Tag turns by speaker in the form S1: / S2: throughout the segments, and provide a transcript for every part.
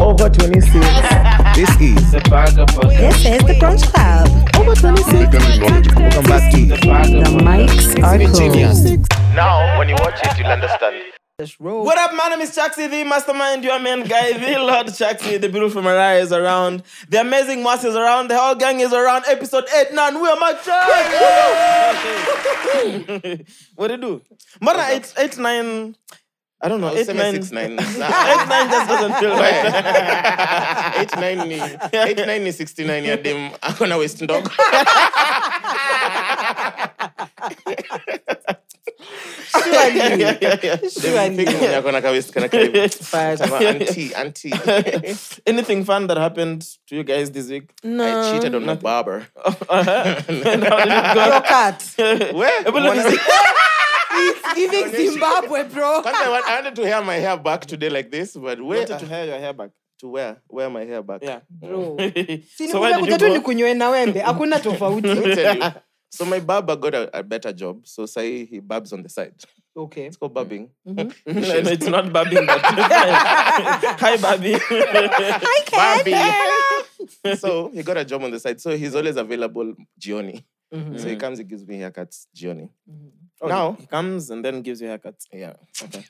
S1: over 26.
S2: This is
S3: The Vagabond.
S4: This is the Brunch Club.
S1: Over 26.
S2: Welcome back to
S5: The mics are closed.
S6: Now, when you watch it, you'll understand.
S7: What up, my name is Chaxi, the mastermind, your man guy, the Lord Chaxi, the beautiful Mariah is around, the amazing Mas is around, the whole gang is around, episode 8, 9, we are my church! what do you do? Mara, 8, eight 9, I don't know, 8, 9,
S3: 6 9
S7: eight, nine just doesn't feel right.
S3: 8 9 ni 8 9 ni 69 ya dem akona waist ndogo Dem big mwenye akona ka waist kana karibu Kama auntie auntie
S7: Anything fun that happened to you guys this week?
S3: I
S4: No.
S3: cheated on my
S7: Uh-huh.
S3: barber
S4: Your cat.
S3: Where?
S4: It's giving Zimbabwe, bro.
S3: Kwanza I, want, I wanted to hair my hair back today like this, but where
S7: wanted to hair your hair back.
S3: to wear wear my hair back.
S7: Yeah.
S4: Bro.
S7: so why did you
S4: Sinikuja tu
S7: go?
S4: nikunywe na wembe. Hakuna
S3: Let
S4: tofauti.
S3: me tell you. So my barber got a, a better job. So say he barbs on the side.
S4: Okay.
S3: It's called
S7: Mm.
S3: barbing.
S7: No, it's not Babi. but- Hi, Babi.
S3: Barbie. so he got a job on the side. So he's always available Gioni.
S7: Mm-hmm.
S3: So he comes, he gives me haircuts, Gioni.
S7: Now, he comes and then gives you haircuts.
S3: Yeah. Okay.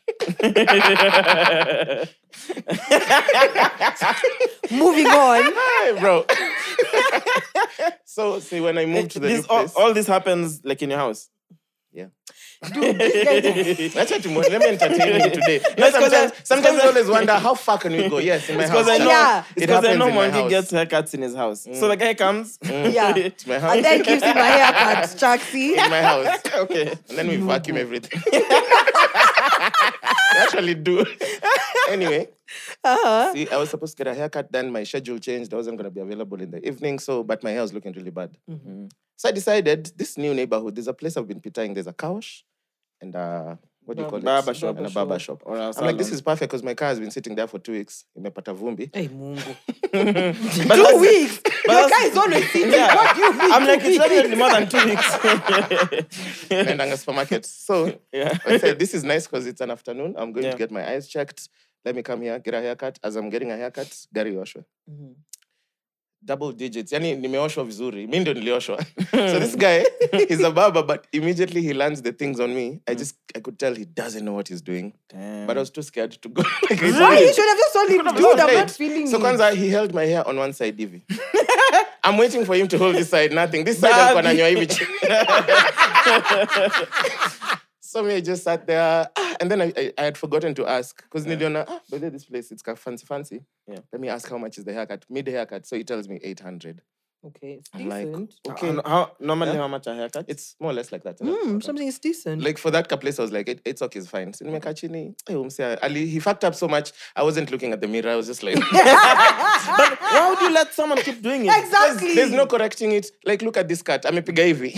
S4: Moving on.
S3: Hi, bro. so see when I moved to the
S7: This-
S3: new
S7: all,
S3: place.
S7: all this happens like in your house.
S4: Dude, this guy is-
S3: That's what you want. Let me entertain you today. No,
S7: It's 'cause I-
S3: sometimes,
S7: it's 'cause
S3: sometimes
S7: I-
S3: I always wonder how far can we go? Yes, in my house.
S7: Because I know,
S4: Yeah.
S7: it's
S3: It
S7: 'cause I
S3: happens
S7: know
S3: in my
S7: Monkey
S3: house. Mm.
S7: gets haircuts in his house. So the guy comes.
S4: Yeah.
S3: It's my house.
S4: And then gives him a haircut, Chaxi.
S3: in my house. okay. And then we vacuum everything. they actually do. anyway. See, I was supposed to get a haircut, then my schedule changed. I wasn't gonna be available in the evening, so but my hair was looking really bad. Mm-hmm. So I decided this new neighborhood, there's a place I've been pitying, there's a couch and uh what do you call
S7: Barber
S3: it?
S7: shop.
S3: And a barber shop.
S7: Or a
S3: I'm like, this
S7: salon.
S3: is perfect because my car has been sitting there for two weeks. Imepata vumbi.
S4: Hey, Mungu.
S7: But
S4: Two
S7: that's-
S4: weeks. Your
S7: that's-
S4: guy is always sitting.
S7: Yeah.
S4: What do you mean?
S7: I'm
S4: two
S7: like, it's
S4: weeks?
S7: definitely more than two weeks.
S3: Naendanga supermarket. So
S7: yeah.
S3: I said, this is nice because it's an afternoon. I'm going
S7: Yeah.
S3: to get my eyes checked. Let me come here, get a haircut. As I'm getting a haircut, gari yoshwe. Double digits. Yani nimeoshwa vizuri. Mi ndio nilioshwa. so this guy, he's a barber, but immediately he lands the things on me. I just, I could tell he doesn't know what he's doing. But I was too scared to go. like, he's
S4: Why? You
S3: late.
S4: should have just told him,
S3: I was
S4: dude, I'm
S3: late.
S4: not feeling
S3: So
S4: it.
S3: kwanza, he held my hair on one side hivi. I'm waiting for him to hold this side, nothing. This side
S7: Babi.
S3: I'm gonna hivi chini. So me, I just sat there, ah, and then I, I, I had forgotten to ask because niliona, ah, but this place it's ka fancy fancy.
S7: Yeah.
S3: Let me ask how much is the haircut. Mid haircut, so he tells me 800.
S4: Okay, it's
S3: I'm like,
S4: decent.
S7: Okay. How, normally, how much a haircut?
S3: It's more or less like that.
S4: Mm, something is decent.
S3: Like for that ka place, I was like, eight, eight sock is fine. So nimekaa chini, eh, umse- Ali, he fucked up so much. I wasn't looking at the mirror. I was just like.
S7: Why would you let someone keep doing it?
S4: exactly.
S3: There's no correcting it. Like, look at this cut. Amepiga hivi.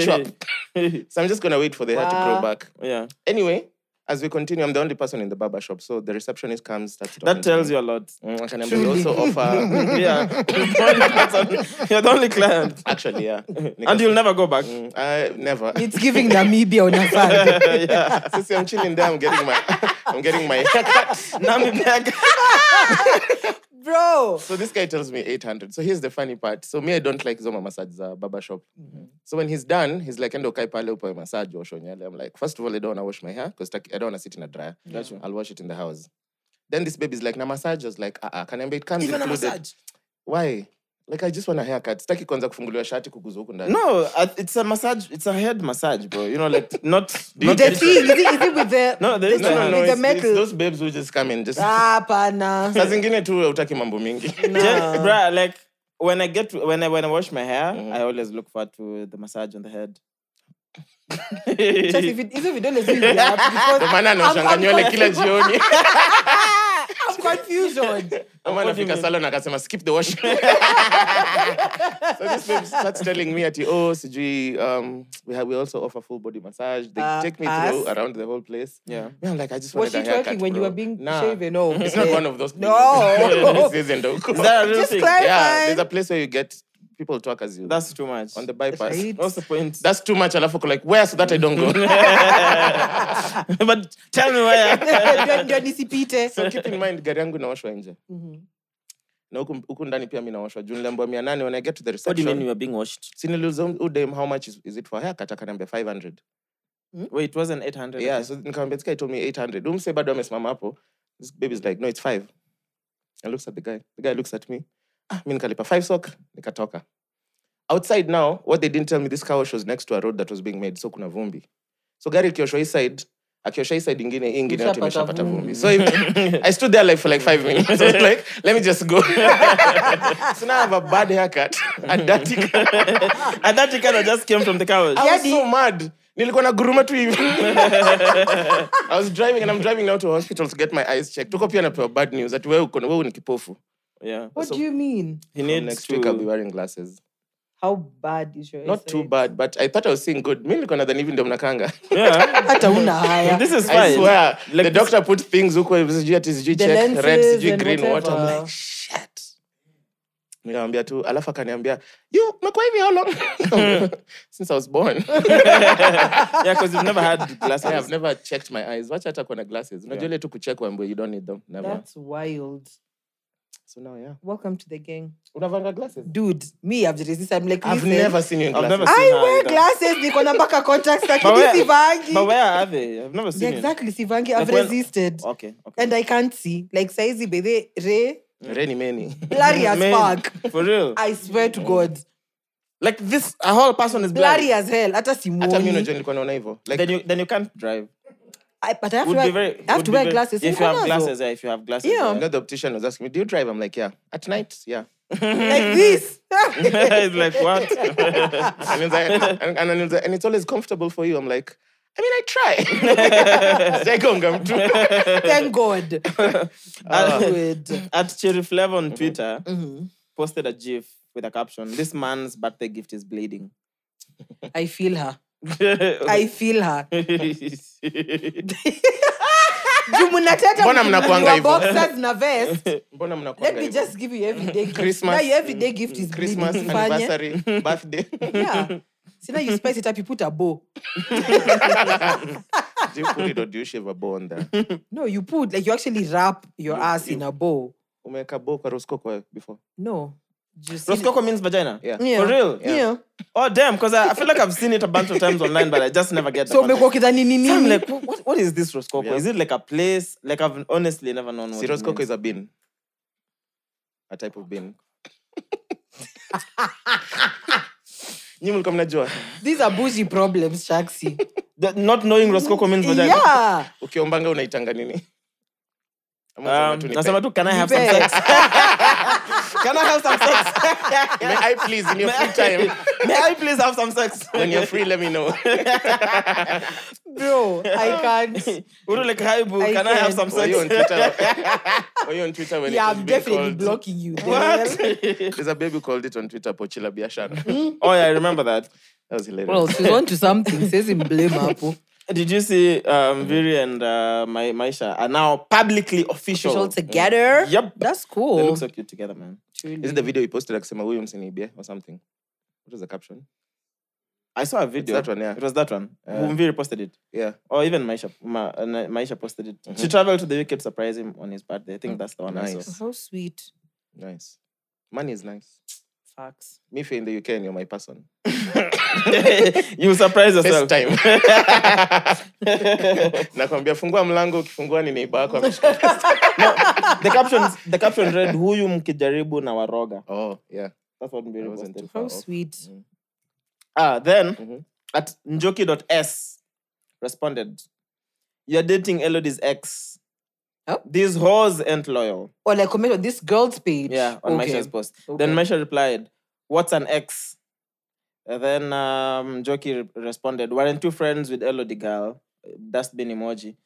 S3: Chwap. so I'm just gonna wait for the hair to grow
S4: Wow.
S3: back.
S7: Yeah.
S3: Anyway, as we continue, I'm the only person in the barber shop, so the receptionist comes. Starts
S7: That tells you a lot.
S3: Can I also offer?
S7: Yeah. You're the only person- You're the only client.
S3: Actually, yeah. Nika-
S7: And you'll never go back.
S3: Mm, I never.
S4: It's giving Namibia on a side.
S3: So see, I'm chilling there. I'm getting my. I'm getting my haircut.
S7: Namibia.
S4: Bro.
S3: So this guy tells me 800. So here's the funny part. So me, I don't like Zoma massage uh, barber shop. So when he's done, he's like, endo kai pale upo massage wash nyele. I'm like, first of all, I don't want to wash my hair because I don't want to sit in a dryer. I'll wash it in the house. Then this baby's like, na massage. I was like, uh-uh, can I it comes
S7: Even a
S3: included.
S7: massage?
S3: Why? Like, I just want a haircut. Sitaki kwanza kufunguliwa shati kuguzwa huku ndani.
S7: No, I- it's a massage. It's a head massage, bro. You know, like not
S4: The
S7: not
S4: thing, is it, is it with the,
S7: No, there
S4: the
S7: is no-
S3: No,
S4: thing
S3: no, no.
S4: with
S3: It's,
S4: the metal?
S3: it's those babes who just come in. Just...
S4: Ah. Hapana.
S3: Saa zingine tu utaki mambo mingi.
S7: Just- bruh, like when I get to, when I when I wash my hair,
S3: Mm-hmm.
S7: I always look forward to the massage on the head.
S4: Just if it, even if you don't listen, yeah, because
S3: Ndio maana anaoshanga
S4: I'm
S3: nywele kila jioni.
S4: I'm confusion.
S3: Ama anafika salon akasema skip the wash. so this babe starts telling me ati oh sijui um, we, have, we also offer full body massage. They
S4: Uh,
S3: take me
S4: us?
S3: through around the whole place.
S7: Yeah.
S3: Me, I'm like I just
S4: Was
S3: wanted
S4: she
S3: a haircut,
S4: twerking when you
S3: bro.
S4: were being
S3: nah.
S4: shaven? Oh, No.
S3: It's not one of those places.
S4: No.
S3: This isn't Oku.
S7: Is that a real
S4: Just
S7: thing?
S4: clarify.
S3: Yeah, there's a place where you get people talk as you.
S7: That's too much.
S3: on the bypass.
S4: Right.
S7: What's the point?
S3: That's too much. Alafu uko like where so that I don't go.
S7: but tell me where.
S4: Ndio- ndio nisipite. Mm-hmm.
S3: so keep in mind gari yangu inaoshwa nje. na huku huku ndani pia mi naoshwa juu niliambiwa mia nane when i get to the
S7: What do you mean
S3: reception
S7: you were being washed?
S3: si niliuliza udem how much is, is it for haircut akaniambia 500
S7: Wait, it wasn't 800.
S3: yeah so nikamwambia this guy told me 800 Huyu msee bado amesimama hapo this baby's like no it's 5 i looks at the guy the guy looks at me ah mimi nikalipa 5 sok nikatoka outside now what they didn't tell me this car wash was next to a road that was being made so kuna vumbi so gari ikioshwa hii side akiosha hii side ingine hii ingine yote
S4: Ushapata
S3: imeshapata vumbi
S4: vumbi.
S3: so im- i stood there like for like 5 minutes I was like let me just go so now i have a bad haircut a dirty car.
S7: And that chicken that just came from the couch.
S3: I was
S4: Yadi.
S3: so mad. Nilikuwa na guruma tu hivi. I was driving and I'm driving now to hospital to get my eyes checked. Tuko pia napewa bad news that wewe uko wewe ni kipofu.
S7: Yeah.
S4: What do you mean?
S7: He
S3: From
S7: needs
S3: Next
S7: to...
S3: week I'll be wearing glasses.
S4: How bad is your
S3: Not too
S4: eyesight?
S3: bad, but I thought I was seeing good. Mimi nilikuwa nadhani hivi ndio mnakanga.
S7: Yeah.
S4: Hata una haya.
S7: this is fine.
S3: I swear.
S7: Like
S3: the
S7: this-
S3: doctor put things huko sijui ati sijui
S4: The
S3: check red
S4: lenses
S3: sijui
S4: and
S3: green what. I'm
S4: whatever.
S3: like shit. Nikamwambia tu alafu akaniambia, "You umekuwa hivi how long?" Since I was born.
S7: yeah, because you've never had glasses.
S3: I have never checked my eyes. Wacha hata kuwa na glasses. Unajua ile tu kucheck wambo you don't need them. Never.
S4: That's wild.
S3: So now yeah.
S4: Welcome to the gang.
S3: Unavanga glasses? eh.
S4: Dude, me, I've resisted. I'm like,
S3: I've
S4: listen,
S3: never seen you in
S7: I've
S3: glasses.
S7: never seen
S4: I
S7: her
S4: wear
S7: either.
S4: glasses. Niko na baka contacts.
S7: But
S4: Lakini
S7: where- But
S4: sivangi.
S7: where are they? I've never
S4: Yeah,
S7: seen
S4: Exactly, sivangi. I've
S7: Like when-
S4: resisted.
S7: it. Okay, okay.
S4: And I can't see. Like, saizi bethe, re,
S3: Reni many.
S4: blurry as
S7: Man,
S4: fuck.
S7: For real.
S4: I swear to God.
S7: like this, a whole person is blind.
S4: Blurry as hell. Hata
S3: Hata mimi
S4: simuoni.
S3: unajua nilikuwa naona hivyo.
S7: Then
S3: Like
S7: you then you can't drive.
S4: I- But I have to
S7: Would be
S4: wear,
S7: very.
S4: I have
S7: would
S4: to
S7: be
S4: wear
S7: very-
S4: glasses.
S7: If you have
S4: Niko nazo.
S7: glasses, yeah. If you have glasses,
S4: Yeah.
S3: you know, the optician was asking me, "Do you drive?" I'm like, "Yeah." At night, yeah.
S4: Like this.
S7: it's like what?
S3: And, he's like, and, and, he's like, and it's always comfortable for you. I'm like, I mean, I try. Sijagonga mtu.
S4: Thank God.
S7: Ah.
S4: Good. Mm-hmm.
S7: At Cherry Flavor on Twitter posted a GIF with a caption: "This man's birthday gift is bleeding."
S4: I feel her. I feel her. Juu mnateta
S3: Mbona mnakuanga
S4: mkinunuliwa
S3: hivyo?
S4: boxers na vest.
S3: Mbona mnakuwa
S4: Let me just give you everyday gift.
S3: Christmas.
S4: Now your everyday gift is
S3: Christmas,
S4: bleeding. Fanya.
S3: anniversary, birthday.
S4: Yeah. See now you spice it up, you put a bow.
S3: do you put it or do you shave a bow on there?
S4: No, you put like you actually wrap your ass in a bow.
S3: Umeweka bow kwa Roscoe kwa before.
S4: No. Just
S7: Roskoko means vagina.
S3: Yeah.
S4: Yeah.
S7: For real?
S4: Yeah.
S7: Oh damn! Because I, I feel like I've seen it a bunch of times online, but I just never get. the
S4: So
S7: context.
S4: umekuwa ukidhani ni
S7: So I'm
S4: nini?
S7: like, wh- what, what is this Roskoko?
S3: Yeah.
S7: Is it like a place? Like I've honestly never known. What
S3: See,
S7: it
S3: Roscoe
S7: means.
S3: is a bin. A type of bin. Nyinyi mlikuwa mnajua.
S4: These are bougie problems, Shaxi.
S7: The- not knowing Roskoko means vagina.
S4: yeah.
S3: ukiombanga unaitanga nini Ama unasema
S7: Um,
S3: tu ni
S7: nasema
S3: pe-
S7: tu, can I have some
S4: Nipe.
S7: sex? Can I have some sex?
S3: May I please, in your free time,
S7: May I please have some sex?
S3: when you're free, let me know.
S4: Bro, I can't.
S7: Uru like, hi boo,
S4: I
S7: can I have
S4: can.
S7: some
S3: Were you on
S7: sex?
S3: Twitter? Were you on Twitter when
S4: Yeah,
S3: it was
S4: I'm
S3: being
S4: definitely
S3: called?
S4: blocking you. The hell?
S7: What?
S3: There's a baby who called it on Twitter, Pochila Biashara.
S7: oh yeah, I remember that.
S3: That was hilarious.
S4: Well, she's on to something. Says in blame hapo.
S7: Did you see um,
S3: Mm-hmm.
S7: Viri and uh, my Maisha are now publicly official?
S4: She's all together.
S7: Yep.
S4: That's
S7: They
S3: Oh.
S4: cool.
S7: look so cute together, man.
S3: Is it the video he posted akisema huyu msiniibie or something? What was the caption?
S7: I saw a video.
S3: that one, yeah.
S7: It was that one.
S3: Mm-hmm.
S7: Whom Viri posted it.
S3: Yeah.
S7: Or even Maisha, Ma, uh, Maisha posted it. She traveled to the UK to surprise him on his birthday. I think that's the one I
S3: Mm-hmm. Mm. Nice.
S7: saw.
S4: How sweet.
S3: Nice. Money is nice.
S4: Facts.
S3: Me if you're in the UK and you're my person.
S7: you surprise
S3: First
S7: yourself.
S3: time. Nakwambia fungua mlango ukifungua ni neighbor yako ameshika.
S7: the caption the caption read huyu mkijaribu na waroga
S3: Oh, yeah.
S7: that's what Mbiri
S3: I wasn't
S7: posted.
S3: too
S4: How
S3: far off.
S4: sweet.
S7: ah then
S3: Mhm.
S7: at njoki.s responded you're dating elodie's ex
S4: Oh.
S7: these hoes ain't loyal
S4: Or Oh, like comment on this girl's page.
S7: yeah on
S4: okay.
S7: Maisha's post
S4: Okay.
S7: then Maisha replied what's an ex And then um, Njoki re- responded weren't you friends with elodie girl dustbin emoji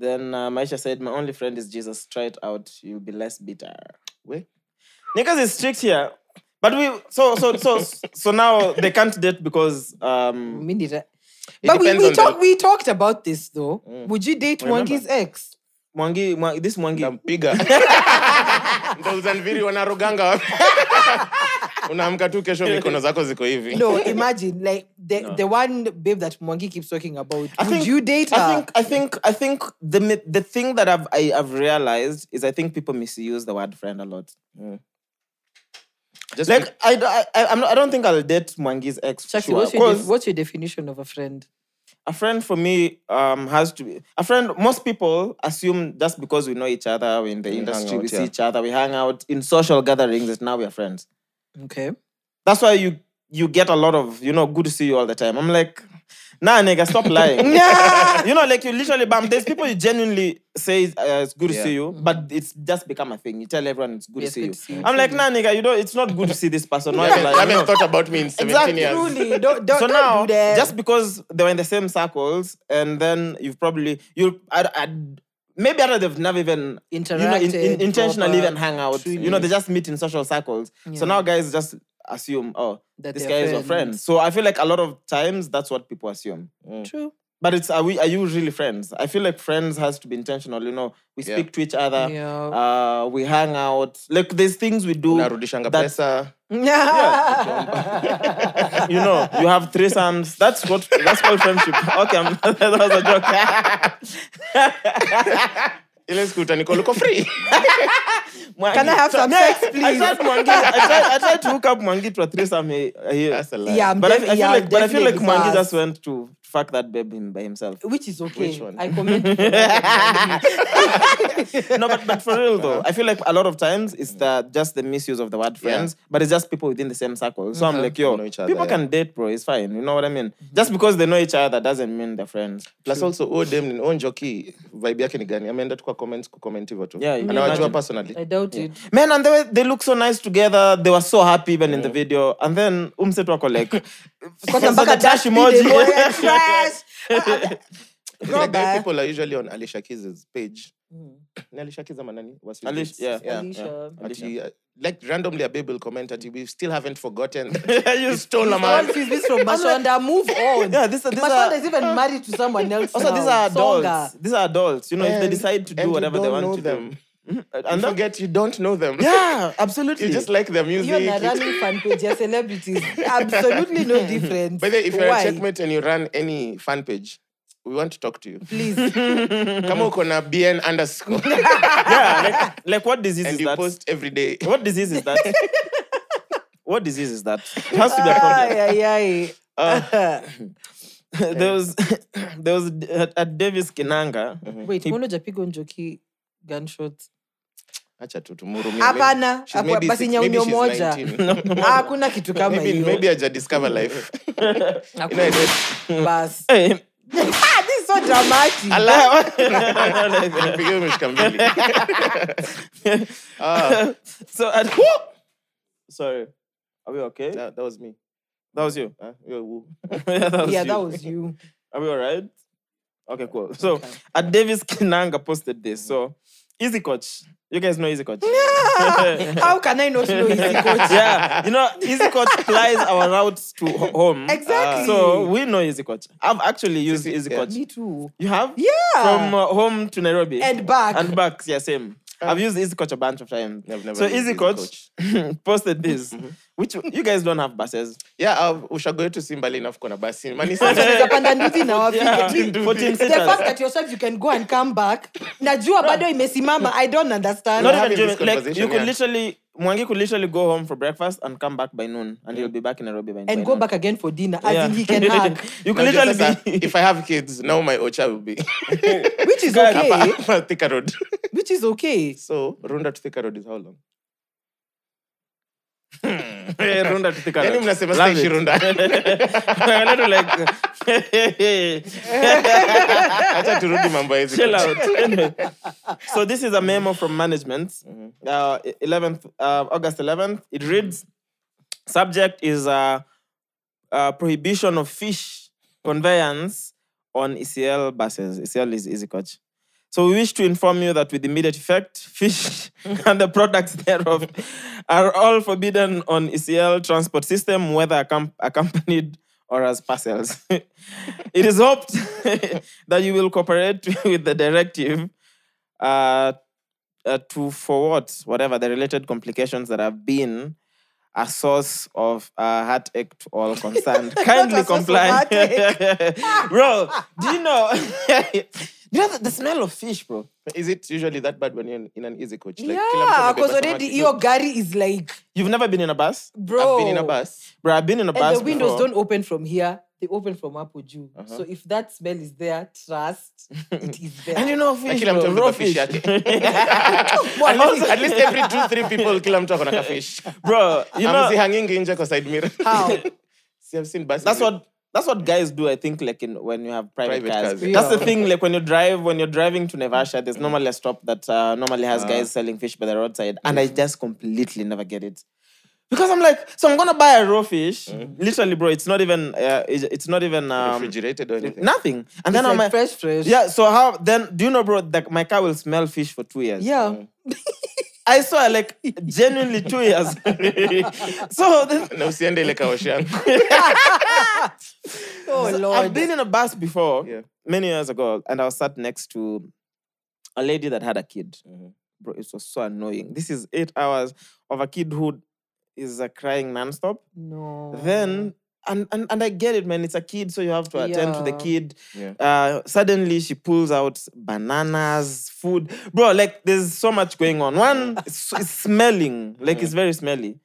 S7: then uh, Maisha said my only friend is jesus try it out you'll be less bitter
S3: We?
S7: Niggas is strict here. But we so so so so now they can't date because um
S4: Mindy, right?
S3: It
S4: But we,
S3: depends
S4: we,
S3: on the-
S4: talk, we talked about this though. Would you date
S3: Remember?
S4: Mwangi's ex?
S7: Mwangi, Mwangi this Mwangi
S3: nampiga ndauzanviri wanaroganga wapi? unaamka tu kesho mikono zako ziko hivi
S4: No, imagine like the, the one babe that Mwangi keeps talking about. Would you date her?
S7: I think I think I think the mi- the thing that I've I, I've realized is I think people misuse the word friend a lot.
S3: Just
S7: Like I, d- I, I- I'm not, I don't think I'll date Mwangi's ex. for
S4: Shakti,
S7: sure,
S4: what's, your def-
S7: 'cause
S4: what's your definition of a friend?
S7: a friend for me um has to be a friend. Most people assume just because we know each other, we're in the
S3: We hang
S7: industry, we
S3: out,
S7: see
S3: yeah.
S7: each other, we hang out in social gatherings. That now we are friends.
S4: Okay.
S7: That's why you you get a lot of you know good to see you all the time. I'm like, nah, nigga, stop lying. you know, like you literally bam. There's people you genuinely say uh, it's good to
S3: Yeah.
S7: see you, but it's just become a thing. You tell everyone it's good
S4: Yes,
S7: to see
S4: good
S7: you.
S4: to see you.
S7: I'm like, nah, nigga, you know, it's not good to see this person. Why
S3: I
S7: you
S3: haven't,
S7: lying?
S3: I
S7: You know?
S3: haven't thought about me in 17 years.
S4: Truly, don't, don't,
S7: so
S4: don't
S7: now,
S4: do that.
S7: just because they were in the same circles, and then you've probably you, I, I, maybe either they've never even you know, in, in,
S4: Interacted
S7: intentionally
S4: proper,
S7: even hang out.
S4: truly.
S7: You know, they just meet in social circles.
S4: Yeah.
S7: So now guys just assume, oh,
S4: That
S7: this
S4: they're
S7: guy is your friend.
S4: friends.
S7: So I feel like a lot of times that's what people assume.
S4: True.
S7: But it's are we are you really friends? I feel like friends has to be intentional. You know, we
S3: Yeah.
S7: speak to each other.
S4: Yeah.
S7: Uh, we hang out. Like there's things we do.
S3: Unarudishanga
S7: That-
S3: pesa.
S7: you know, you have three sons. That's what that's called friendship. Okay, I'm, that was a joke.
S3: Ile siku utanikola uko free.
S4: Can I have some sex,
S7: I
S4: please?
S7: tried, Mwangi, I, tried, I tried to hook up Mwangi to a threesome here. here.
S3: That's a lie.
S4: yeah, I'm
S7: But I, I
S4: def-
S7: feel
S4: yeah,
S7: like, but I feel like
S4: definitely
S7: Mwangi
S4: sus.
S7: just went to fuck that babe him by himself.
S4: Which is okay.
S3: Which one?
S4: I comment. Mwangi.
S7: No, but, but for real though, I feel like a lot of times it's the just the misuse of the word friends, but it's just people within the same circle. So I'm like, yo,
S3: Uh-huh. Know each other,
S7: people
S3: yeah.
S7: can date, bro. It's fine. You know what I mean? Just because they know each other doesn't mean they're friends.
S3: plus also huyo dem ni huyo njoki vibe yake ni gani ameenda tu kwa comments kucomment hivyo tu
S7: Yeah, you can
S3: anawajua
S7: imagine.
S3: personally
S4: I doubt it.
S7: Man, and they, were, they look so nice together. They were so happy even in the video. And then umset wako like so- so
S4: Kwanza mpaka
S7: the trash
S4: dustbin ilikuwa ya
S7: emoji.
S4: trash.
S3: It's like
S4: Robert.
S3: those people are usually on Alicia Keys' page. Ni Alicia Keys ama nani? Was with
S7: Alicia,
S3: Kids?
S7: Mm. yeah.
S4: Alicia.
S3: Ati, uh, like randomly a babe will comment ati we still haven't forgotten.
S7: You
S3: you stole a
S4: Someone
S3: man.
S4: sees this from Bashonda. Move on.
S7: yeah, this, these
S4: Bashonda
S7: are
S4: is even married to someone else.
S7: also
S4: now.
S7: these are adults.
S4: Songa.
S7: These are adults. You know, if they
S3: And-
S7: decide to
S3: and
S7: do
S3: you
S7: whatever they
S3: don't
S7: want
S3: know
S7: to
S3: them.
S7: do. Mhm.
S3: You
S7: And that-
S3: forget you don't know them.
S7: yeah, absolutely.
S3: you just like their music.
S4: You and a
S3: You-
S4: running fan page, you're celebrities. Absolutely no difference.
S3: By the way, if you're
S4: Why?
S3: a checkmate and you run any fan page, we want to talk to you.
S4: please.
S3: Kama uko na BN underscore
S7: yeah, like, like what disease
S3: and
S7: is
S3: you
S7: that?
S3: post every day.
S7: What disease is that? what disease is that? Ah. It has to be a problem.
S4: Ay, ay,
S3: Ah.
S4: ay.
S7: there was there was at, at Davis Kinanga.
S3: Mm-hmm.
S4: Wait,
S7: He-
S4: mbona hujapigwa njoki gunshot?
S3: Acha tu tumhurumie.
S4: Hapana,
S3: She's maybe
S4: basi
S3: six-
S4: nyaunyo
S3: maybe she's
S4: moja.
S3: 19.
S4: Ah, Hakuna kitu kama
S3: Maybe-
S4: hiyo.
S3: maybe hajadiscover life. You know,
S4: Hakuna.
S3: I did.
S4: Basi.
S7: Hey,
S4: Ah, this is so dramatic.
S3: Nipigie umeshika mbili. Ah,
S7: so at, sorry, are we okay?
S3: that, that was me.
S7: That was you.
S3: Huh? Yo, who?
S7: yeah, that was
S4: yeah,
S7: you.
S4: that was you.
S7: Are we all right? Okay, cool. So at Davis Kinanga posted this. So
S3: Mm-hmm.
S7: Easy Coach, you guys know Easy Coach.
S4: How can I not know easy
S3: Ah.
S4: coach?
S7: yeah, you know, Easy Coach plies our routes to ho- home.
S4: Exactly.
S7: So we know Easy Coach. I've actually used Easy
S3: yeah.
S7: Coach.
S4: Me too.
S7: You have?
S4: Yeah.
S7: From uh, home to Nairobi.
S4: And back. Uh.
S7: And back, yeah, same. I've used Easy Coach a bunch of times.
S3: I've never
S7: so
S3: used
S7: Easy
S3: Easy
S7: Coach posted this,
S4: Mm-hmm.
S7: which you guys don't have buses.
S3: Yeah, uh, ushago yetu si mbali enough kuna basi. Mani
S4: Unaweza panda nduthi na wafike.
S7: Yeah,
S4: Me-
S7: 14
S4: The fact
S7: seaters.
S4: that yourself you can go and come back. Najua bado imesimama. I don't understand.
S7: Not
S3: having
S7: even
S3: this
S7: during, like you
S3: conversation,
S7: could
S3: yeah.
S7: literally Mwangi could literally go home for breakfast and come back by noon, and he'll be back in Nairobi by by
S4: and go
S7: noon.
S4: back again for dinner. As
S7: Yeah.
S4: in he can hug.
S7: you could literally be.
S3: if I have kids, now my ocha will be
S4: Which is
S7: Guy,
S4: okay.
S3: Hapa Thika Road.
S4: Which is okay.
S3: So Runda to Thika Road is how long?
S7: Eh, Runda to Thika
S3: Yani
S7: Road.
S3: mnasema
S7: Love
S3: staishi
S7: it.
S3: Runda.
S7: A little like,
S3: Acha turudi mambo ya hizi
S7: chill
S3: coach.
S7: out. so this is a memo from management, uh, 11th, uh, August 11th. It reads, subject is uh, uh, prohibition of fish conveyance on ECL buses. ECL is easy coach. So we wish to inform you that with immediate effect, fish and the products thereof are all forbidden on ECL transport system, whether accom- accompanied or as parcels. it is hoped that you will cooperate with the directive uh, uh, to forward whatever the related complications that have been a source of uh, heartache to all concerned. Kindly
S4: a source of
S7: comply.
S4: heartache.
S7: bro, do you know? do you know the, the smell of fish, bro?
S3: Is it usually that bad when you're in an easy coach? Like, kila mtu
S4: yeah,
S3: amebeba
S4: because
S3: samaki
S4: already
S3: tu.
S4: your gari is like
S7: You've never been in a bus?
S4: Bro.
S3: I've been in a bus.
S7: Bro, I've been in a
S4: And
S7: bus.
S4: the windows
S7: before.
S4: don't open from here, they open from up Uju.
S3: Uh-huh.
S4: So if that smell is there, trust it is there.
S7: And you know, fish.
S3: kila
S7: bro,
S3: mtu amebeba
S7: raw
S3: fish
S7: fish.
S3: at least, at least every two three people kila mtu akona kafish
S7: bro, you know,
S3: amzihangingi Ah, nje kwa side mirror
S4: how?
S3: See, I've seen buses
S7: that's
S3: with-
S7: what that's what guys do. I think, like in when you have private,
S3: Private
S7: cars.
S3: cars,
S4: yeah.
S7: That's the thing. Like when you drive, when you're driving to Nevasha, there's normally a stop that uh, normally has guys selling fish by the roadside, and I just completely never get it. Because I'm like, so I'm gonna buy a raw fish. Literally, bro, it's not even, uh, it's it's not even um,
S3: refrigerated or anything.
S7: nothing. And
S4: It's
S7: then I'm
S4: like
S7: like,
S4: fresh, fresh.
S7: yeah. So how then? Do you know, bro? That my car will smell fish for two years.
S4: Yeah.
S7: I saw like genuinely two years. so then,
S3: na usiende ile kaoshi yangu
S4: Oh Lord.
S7: I've been in a bus before
S3: Yeah.
S7: many years ago, and I was sat next to a lady that had a kid. Bro, it was so annoying. This is eight hours of a kid who is uh, crying nonstop.
S4: no.
S7: Then and, and and I get it, man. It's a kid, so you have to attend to the
S4: Yeah.
S7: kid.
S3: Yeah.
S7: Uh, suddenly she pulls out bananas, food, bro. Like there's so much going on. One, it's, it's smelling, like it's very smelly,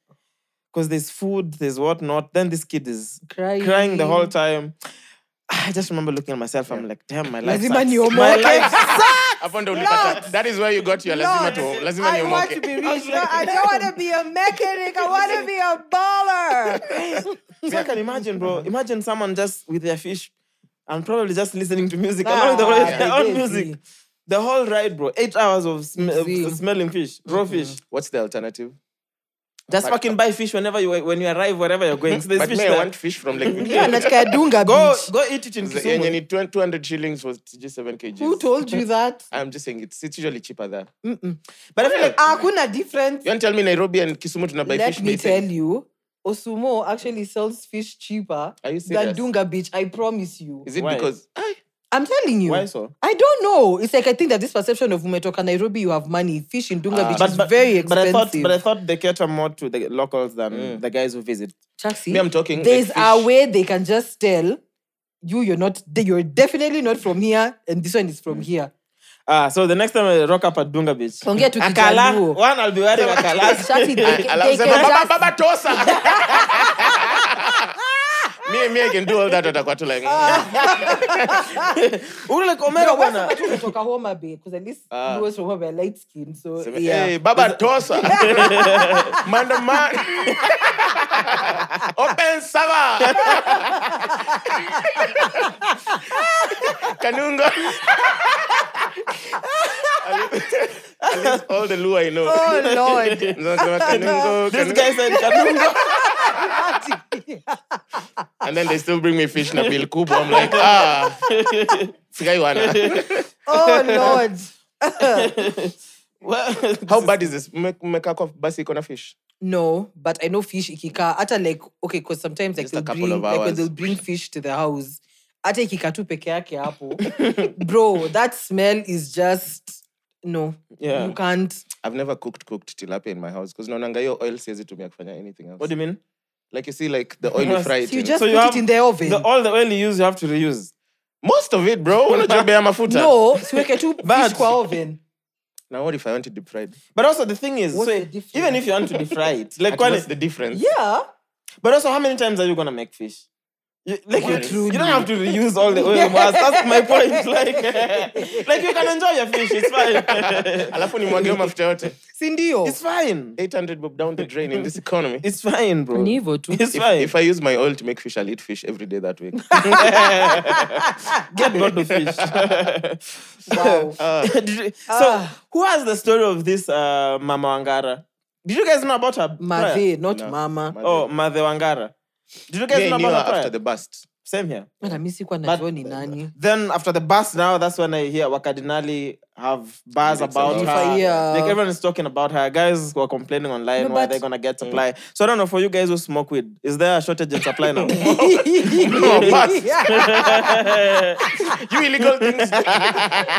S7: because there's food, there's whatnot. Then this kid is
S4: crying,
S7: crying the whole time. I just remember looking at myself. I'm like, damn, my life.
S4: Lazima
S7: Sucks.
S4: niomoke.
S7: My life sucks.
S3: hapo ndo ulipata that is where you got your lazima
S4: Lord,
S3: tu lazima
S4: I want
S3: niomoke
S4: to be rich. No, I don't want to be a mechanic. I want to be a baller.
S7: So I can imagine, bro. Imagine someone just with their fish and probably just listening to music along the way,
S4: Ah,
S7: their own
S4: busy.
S7: music. The whole ride, bro. Eight hours of sm- of
S4: Busy.
S7: smelling fish, raw fish.
S3: what's the alternative
S7: Just fucking buy fish whenever you when you arrive wherever you're going. So there's
S3: but
S7: fish
S3: me I
S7: there.
S3: want fish from Lake
S4: Yeah,
S3: Victoria
S4: nataka dunga
S7: Go
S4: bitch.
S7: go eat it in
S3: yenye
S7: Kisumu.
S3: ni 20 200 shillings was just 7 kgs
S4: Who told you that?
S3: I'm just saying it's, it's usually cheaper there
S7: But I feel like
S4: Hakuna difference.
S3: you want to tell me Nairobi and Kisumu tuna buy
S4: Ah, Let
S3: fish
S4: me
S3: meat?
S4: tell you, Osumo actually sells fish cheaper
S3: Are
S4: than
S3: you serious?
S4: Dunga Beach. I promise you.
S3: is it
S7: Why?
S3: because Hmm. Aye.
S4: I'm telling you.
S7: why so?
S4: I don't know. It's like I think that this perception of Umetoka Nairobi, you have money. Fish in Dunga Beach is very
S7: Ah. But I
S4: expensive.
S7: thought but I thought they cater more to the locals than
S3: Mm.
S7: the guys who visit.
S4: Chaksi,
S3: me I'm talking
S4: there's
S3: like
S4: a
S3: fish.
S4: way they can just tell you you're not you're definitely not from here and this one is from
S3: Mm.
S4: here.
S7: Ah, so the next time I rock up at Dunga Beach.
S4: Ongea tu
S7: Akala,
S4: Kijaluo.
S7: one I'll be wearing akala.
S4: Chaksi, they, ca-
S3: Alafu
S4: they
S3: sema,
S4: can
S3: "Baba,
S4: just
S3: baba, tosa." Me- me, I can do all that watakuwa tu like,
S7: Ule like
S4: No,
S7: Omega
S4: what's
S7: bwana.
S4: the matter with Oklahoma Bay? Because at least
S3: Ah.
S4: he was from Homa Bay, light skin. So
S3: Sema,
S4: yeah.
S3: "Hey, baba tosa mandamano open sava kanunga At least all the lure I know
S4: Oh Lord.
S3: Nasema, "Kanungo,
S7: This
S3: kanungo."
S7: guy said Kanungo.
S3: and then they still bring me fish na bill kubwa I'm like ah sikaiwana
S4: Oh Lord.
S7: Well,
S3: how bad is this Mme- mmekaa kwa basi iko na fish
S4: No, but I know fish ikika. Ata like okay, because sometimes like
S3: Just a
S4: they'll
S3: couple
S4: bring
S3: of
S4: like when
S3: hours.
S4: they'll bring fish to the house. Ata ikika tu peke yake hapo. Bro, that smell is just no.
S7: Yeah.
S4: You can't.
S3: I've never cooked cooked tilapia in my house because naonanga hiyo oil siwezi tumia kufanya anything else
S7: What do you mean?
S3: like you see like the oil you fry it
S4: You
S3: in.
S4: just
S7: So
S4: put
S7: you have
S4: it in the oven.
S7: The, all the oil you use, you have to reuse.
S3: most of it bro unajobea mafuta
S4: no, siweke tu
S7: But-
S4: fish kwa oven.
S3: now what if I want it deep fried
S7: But also the thing is,
S4: What's
S7: so
S4: the difference?
S7: even if you want to defry it, like
S3: At
S7: one,
S3: what's the difference
S4: Yeah.
S7: but also how many times are you gonna make fish? You, like you,
S3: Truly.
S7: you don't have to reuse all the oil. Mas. That's my point. Like, like you can enjoy your fish. It's fine.
S3: alafu nimwageo mafuta yote
S4: Sindio.
S7: It's fine.
S3: 800 bob down the drain in this economy
S7: It's fine, bro.
S5: Ni hivyo tu.
S7: It's
S3: if,
S7: fine.
S3: if I use my oil to make fish I'll eat fish every day that week
S7: Get God of fish.
S4: Wow.
S7: Did you- so,
S4: Ah.
S7: who has the story of this uh, Mama Wangara? Did you guys know about her? prior?
S4: Mave, not
S3: No.
S4: mama.
S7: Oh, Mother Wangara. Did you guys
S3: Me, I
S7: know
S3: knew her
S7: about her?
S3: after
S7: prior?
S3: the bust
S7: Same here.
S4: Mara mi sikuwa
S7: But-
S4: najua ni nani.
S7: Then after the bus, now that's when I hear Wakadinali have bars
S3: Lyrics
S7: about
S3: about
S7: her.
S4: her. Yeah.
S7: Like everyone is talking about her. Guys who are complaining online
S4: No,
S7: where
S4: but-
S7: they're gonna get supply. So I don't know for you guys who smoke weed, is there a shortage in supply now?
S3: no bust you illegal things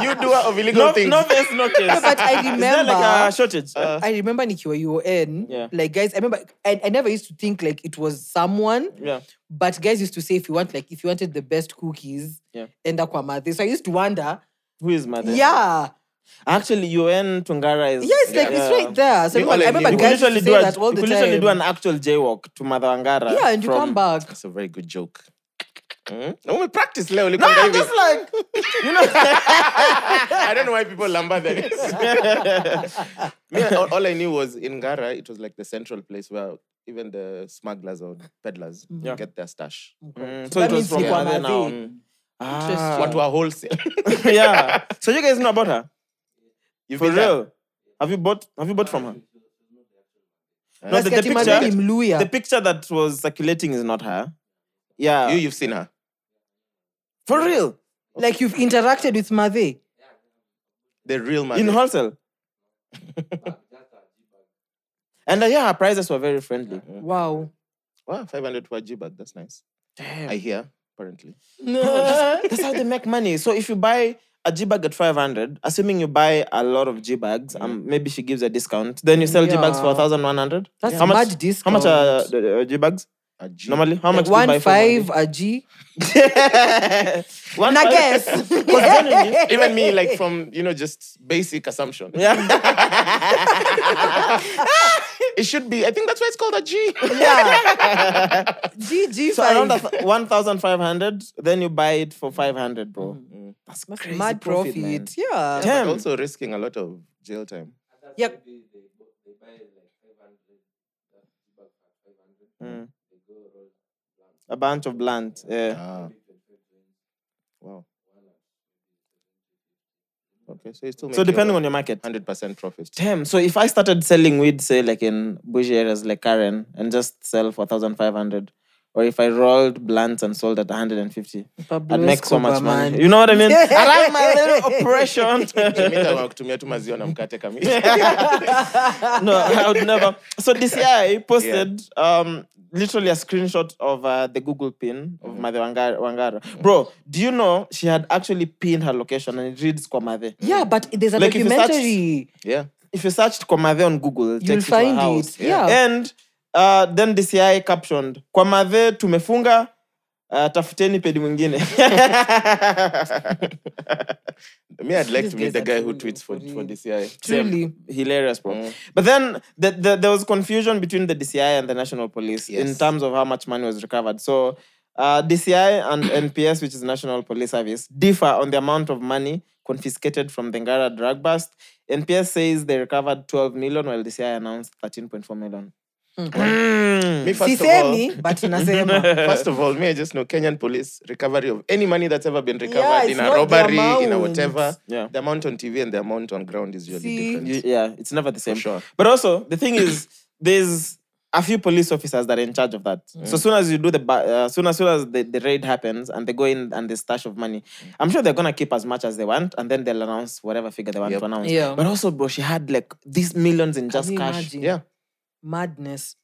S3: you doer of illegal
S7: no,
S3: things
S7: no face, no case.
S4: But I
S7: is there like a
S4: remember- Uh,
S7: shortage?
S4: I remember nikiwa UON,
S7: Uh, Yeah.
S4: like guys, I remember I, I never used to think like it was someone,
S7: yeah.
S4: but guys used to say if you want like if you wanted the best cookies,
S7: Yeah.
S4: enda kwa mother. So I used to wonder,
S7: Who is mother?
S4: yeah,
S7: Actually, UN Tungara is.
S4: Yeah, it's like
S7: yeah.
S4: it's right there. So
S3: You
S4: everyone, I
S3: can
S4: remember
S3: literally-
S4: guys
S7: you could
S4: used to say
S7: literally do a-
S4: that all
S7: you
S4: the
S7: could literally
S4: time.
S7: do an actual jaywalk to Madhavangara.
S4: yeah, and you
S7: from-
S4: come back.
S3: That's a very good joke. Mm? Na umepractice leo
S7: No,
S3: ulikuwa
S7: I'm
S3: hivi.
S7: Ah, just like, you know.
S3: I don't know why people lumber that. Me, all, all I knew was in Gara, it was like the central place where even the smugglers or peddlers
S4: Mhm.
S7: Yeah.
S3: get their stash.
S7: Mm, so
S4: That
S7: it was
S4: means
S7: from
S4: you
S3: Nikwa
S7: her
S4: are
S7: then now.
S4: Mavi.
S7: Ah.
S3: What were wholesale?
S7: yeah. So you guys know about her?
S3: You've
S7: For
S3: been there?
S7: real? Have you bought? Have you bought from her? No, the, the
S4: Unasikia Timothy
S7: picture.
S4: ni Mluya.
S7: The picture that was circulating is not her. Yeah.
S3: You, you've seen her.
S7: for real?
S4: Like you've interacted with Mathe.
S3: The real man.
S7: In wholesale. and uh, yeah, her prices were very friendly.
S4: Wow.
S3: wow, 500 for a G-bag. That's nice. I hear, apparently.
S7: That's how they make money. So if you buy a G bag at 500, assuming you buy a lot of G bags, um, maybe she gives a discount, then you sell G bags for
S4: Yeah.
S7: 1,100.
S4: That's
S7: how much?
S4: mad
S7: How
S4: discount.
S7: much are the, uh, G bags?
S3: A G.
S7: Normally, how
S4: Like
S7: much do you
S4: one
S7: buy for Monday?
S4: five a G.
S7: one
S4: And I
S7: five.
S4: guess.
S7: generally-
S3: even me, like from, you know, just basic assumption.
S7: Yeah.
S3: It should be. I think that's why it's called a G.
S4: G G
S7: so around
S4: five.
S7: a one thousand five hundred, then you buy it for five hundred, bro. That's crazy
S4: Mm-hmm. Mad profit.
S7: man.
S4: Yeah.
S7: Yeah.
S3: But also risking a lot of jail time.
S4: Yep.
S7: Mm. A bunch of blunt. Yeah.
S3: Ah. Wow. Okay, so it's still
S7: So depending on your market.
S3: hundred percent profit.
S7: Damn. So if I started selling weed, say like in bougie areas like Karen, and just sell for thousand five hundred, or if I rolled blunts and sold at one hundred and fifty,
S4: Pablo
S7: I'd make so much
S4: Escobar,
S7: money.
S4: man.
S7: You know what I mean? I like my little oppression.
S3: kutumia tu maziwa na mkate kamili.
S7: no, I would never. So this year I posted um, literally a screenshot of uh, the Google pin of Mother Wangara. Wangara. Bro, do you know she had actually pinned her location and it reads Kwamade?
S4: Yeah, but there's a
S7: Like, if you search-
S4: documentary.
S3: Yeah.
S7: If you searched Kwamade on Google, it
S4: You'll
S7: takes you to her
S4: find
S7: house.
S4: it. Yeah.
S7: And uh, then DCI captioned Kwamade tumefunga uh, tafuteni pedi mwingine.
S3: Me, I'd like to meet
S4: These
S3: the
S4: guys
S3: guy
S4: are
S3: who
S4: true,
S3: tweets for,
S4: for
S3: for
S4: real.
S3: DCI.
S4: Truly.
S7: Hilarious, bro.
S3: Mm.
S7: But then the, the, there was confusion between the DCI and the National Police in
S3: Yes.
S7: terms of how much money was recovered. So uh, DCI and NPS, which is National Police Service, differ on the amount of money confiscated from the Ngara drug bust. NPS says they recovered 12 million, while DCI announced 13.4 million.
S4: Hmm.
S3: Me, first of all,
S4: Sisemi, but nasema.
S3: first of all, me, I just know Kenyan police recovery of any money that's ever been recovered
S4: Yeah, it's
S3: in a
S4: not the
S3: robbery, in a
S4: amount.
S3: whatever.
S7: Yeah.
S3: The amount on TV and the amount on ground is usually
S4: See?
S3: different.
S7: You- yeah, it's never the same.
S3: sure.
S7: But also, the thing is, there's a few police officers that are in charge of that. So soon as you do the, ba- uh, soon as soon as the, the raid happens and they go in and they stash of money, I'm sure they're gonna keep as much as they want and then they'll announce whatever figure they want
S3: Yep.
S7: to announce.
S4: Yeah.
S7: But also, bro, she had like these millions in just
S4: Can you
S7: cash.
S4: imagine?
S3: Yeah.
S4: Madness.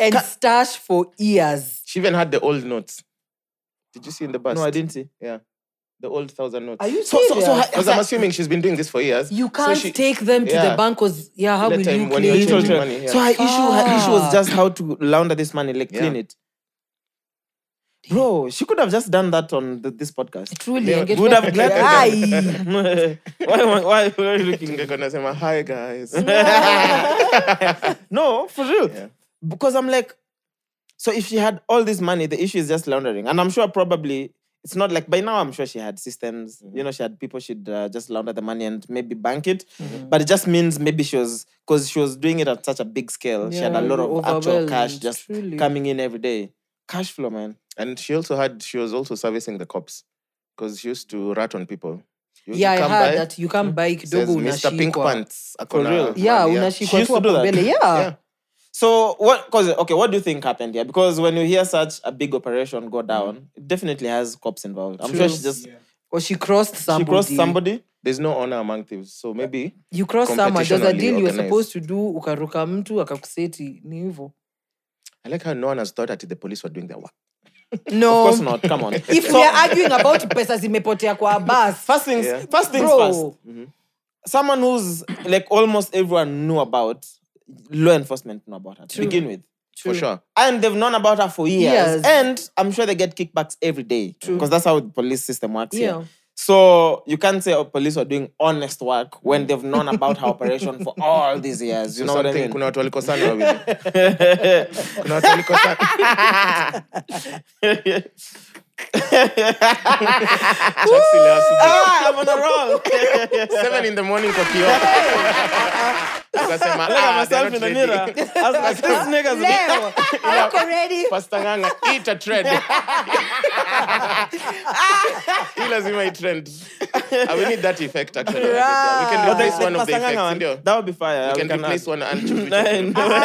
S4: And stash for years.
S3: She even had the old notes. Did you see in the bus?
S7: No, I didn't see.
S3: The old thousand notes.
S4: Are you
S7: So, so, so,
S4: serious?
S7: her-
S3: Because I'm assuming she's been doing this for years.
S4: You
S3: So
S4: can't
S3: she-
S4: take them to
S3: yeah.
S4: the bank because yeah, how
S3: That
S4: will you
S3: time
S4: claim?
S3: when you're
S7: Little
S3: changing
S7: tra-
S3: money, yeah.
S7: So her issue, her issue was
S4: Fuck.
S7: just how to launder this money, like clean
S3: Yeah.
S7: it. Bro, she could have just done that on th- this podcast.
S4: Truly, and get
S7: Would have
S4: paid. Aye.
S7: why, why, why are you looking?
S3: Ningekuwa nasema, hi guys.
S4: Mm.
S7: No, for real.
S3: Yeah.
S7: Because I'm like, so if she had all this money, the issue is just laundering. And I'm sure probably it's not like by now, I'm sure she had systems.
S4: Mm-hmm.
S7: You know, she had people she'd uh, just launder the money and maybe bank it. But it just means maybe she was, because she was doing it at such a big scale. she had a
S4: Yeah,
S7: lot of actual cash
S4: overwhelmed,
S7: just
S4: truly.
S7: coming in every day. Cash flow, man.
S3: And she also had, she was also servicing the cops because she used to rat on people. You- you
S4: Yeah, I
S3: come
S4: heard
S3: by,
S4: that you can buy
S7: Hmm.
S3: says,
S4: kidogo
S3: Mr. Pink
S4: unashikwa.
S3: Pants. ako na
S7: real?
S3: mali,
S4: Yeah,
S7: She
S4: unashikwa
S7: used
S4: tu
S7: to do
S4: hapo
S7: that.
S4: mbele.
S3: Yeah.
S4: Yeah.
S7: So what? Because okay, what do you think happened here? Because when you hear such a big operation go down, it definitely has cops involved. I'm sure
S4: Mm. True.
S7: she just
S4: Or she crossed
S7: she
S4: somebody.
S7: crossed somebody.
S3: There's no honor among thieves. So maybe
S4: You crossed someone. There's a
S3: Competition
S4: deal you were
S3: organized.
S4: supposed to do, ukaruka mtu akakuseti. Ni hivyo.
S3: I like how no one has thought that the police were doing their work.
S4: No.
S7: Of course not. Come on.
S4: If we are arguing about pesa zimepotea kwa bus.
S7: First things,
S3: Yeah.
S7: first things
S4: Bro.
S7: first. Someone who's like almost everyone knew about law enforcement knew about her to
S4: True.
S7: begin with,
S3: For sure.
S7: and they've known about her for years.
S4: Years.
S7: And I'm sure they get kickbacks every day
S4: True.
S7: because that's how the police system works.
S4: Yeah.
S7: Here. So you can't say oh, police are doing honest work when they've known about her operation for all these years.
S3: So
S7: You know what I
S3: something-
S7: mean?
S3: kuna watu walikosana wawili kuna watu walikosana
S7: ah, I'm on a roll.
S3: Seven in the morning kwa kioo ukasema
S7: I look at
S3: ah, they're
S7: myself
S3: not
S7: in the
S3: ready.
S7: mirror. I was like, this nigga's
S4: Leo, ako ready.
S3: Pastor Nganga, eat a trend. Hii lazima itrend. Ah, we need that effect actually. We can
S7: But
S3: replace
S7: the-
S3: one of the
S7: Pasanganga
S3: effects,
S7: one,
S3: sindio?
S7: That would be fire.
S3: We
S7: We
S3: can
S7: can
S3: replace
S7: add-
S3: one and choose which one.
S7: No, no.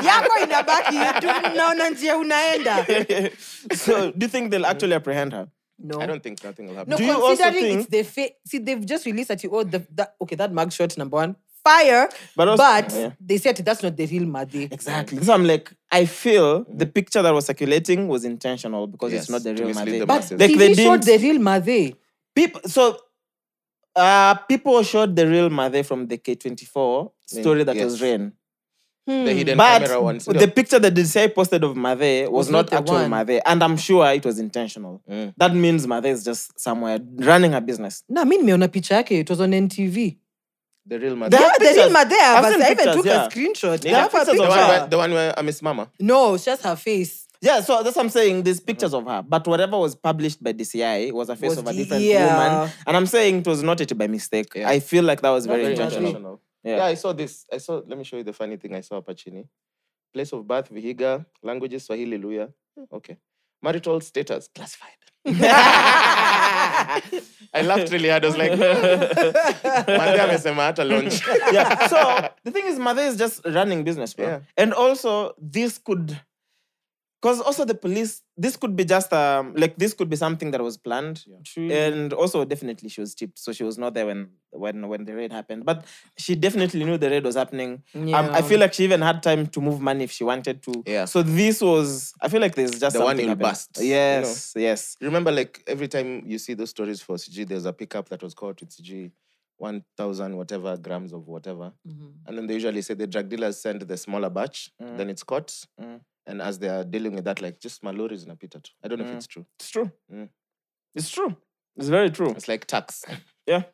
S4: yako inabaki tu naona njia unaenda
S7: so do you think they'll actually apprehend her?
S4: no.
S3: I don't think nothing will happen.
S4: No,
S7: Do you also
S4: considering
S7: think-
S4: it's the fa- see they've just released at you oh the, that okay that mug shot number one fire
S7: But
S4: but,
S7: also- yeah.
S4: they said that's not the real Madi.
S7: Exactly. So I'm like, I feel the picture that was circulating was intentional because
S3: Yes,
S7: it's not the
S3: to
S7: real
S3: mislead
S7: Mate.
S3: the
S4: But
S3: masses.
S7: Like,
S4: TV
S7: they
S4: showed
S7: didn't-
S4: the real Madi.
S7: people, so uh, people showed the real Mate from the K24 story that was
S3: Yes.
S7: ran.
S3: The hidden
S7: But
S3: camera one, sindio?
S7: the picture that Desai posted of Mate was,
S4: Was
S7: not,
S4: not the
S7: actual
S4: one.
S7: Mate, and I'm sure it was intentional.
S3: Mm.
S7: That means Mate is just somewhere running her business.
S4: No, I mean me on a picture yake. It was on NTV.
S3: The real man.
S7: They
S4: Yeah,
S7: have
S4: the real
S7: pictures.
S4: Madi.
S7: I've
S4: but
S7: seen
S4: I even
S7: pictures,
S4: took
S7: yeah.
S4: a screenshot.
S7: They
S4: They
S7: have
S4: have a
S7: pictures
S3: The
S7: of
S3: one
S7: her.
S4: picture.
S3: where- the one where amesimama.
S4: No, it's just her face.
S7: Yeah, so that's what I'm saying. There's pictures of her, but whatever was published by DCI was a face
S4: Was
S7: of a
S4: the-
S7: different
S4: yeah.
S7: woman, and I'm saying it was not it by mistake.
S3: Yeah.
S7: I feel like that was
S4: Not
S7: very
S4: by
S7: intentional.
S4: mistake.
S7: Yeah.
S3: Yeah, I saw this. I saw. Let me show you the funny thing I saw up Chini. Place of birth, Vihiga. Languages, Swahili, Luya. Okay. Marital status, classified. I laughed really hard. I was like, Mandia amesema hata launch.
S7: yeah. So the thing is, mother is just running business, bro.
S3: Yeah.
S7: And also, this could, because also the police, this could be just um like this could be something that was planned. And also, definitely, she was tipped, so she was not there when when when the raid happened. But she definitely knew the raid was happening. Um, I
S4: Yeah.
S7: feel like she even had time to move money if she wanted to.
S3: Yeah.
S7: So this was, I feel like there's just
S3: The one
S7: something
S3: you'll
S7: happening.
S3: bust, you know?
S7: Yes. Yes.
S3: Remember, like every time you see those stories for CG, there's a pickup that was caught with CG, one thousand whatever grams of whatever,
S4: Mm-hmm.
S3: and then they usually say the drug dealers send the smaller batch,
S7: Mm.
S3: then it's caught,
S7: Mm.
S3: and as they are dealing with that, like just maloris na pita tu. I don't know
S7: Mm.
S3: if it's true.
S7: It's true.
S3: Mm.
S7: It's true. It's very true.
S3: It's like tax.
S7: Because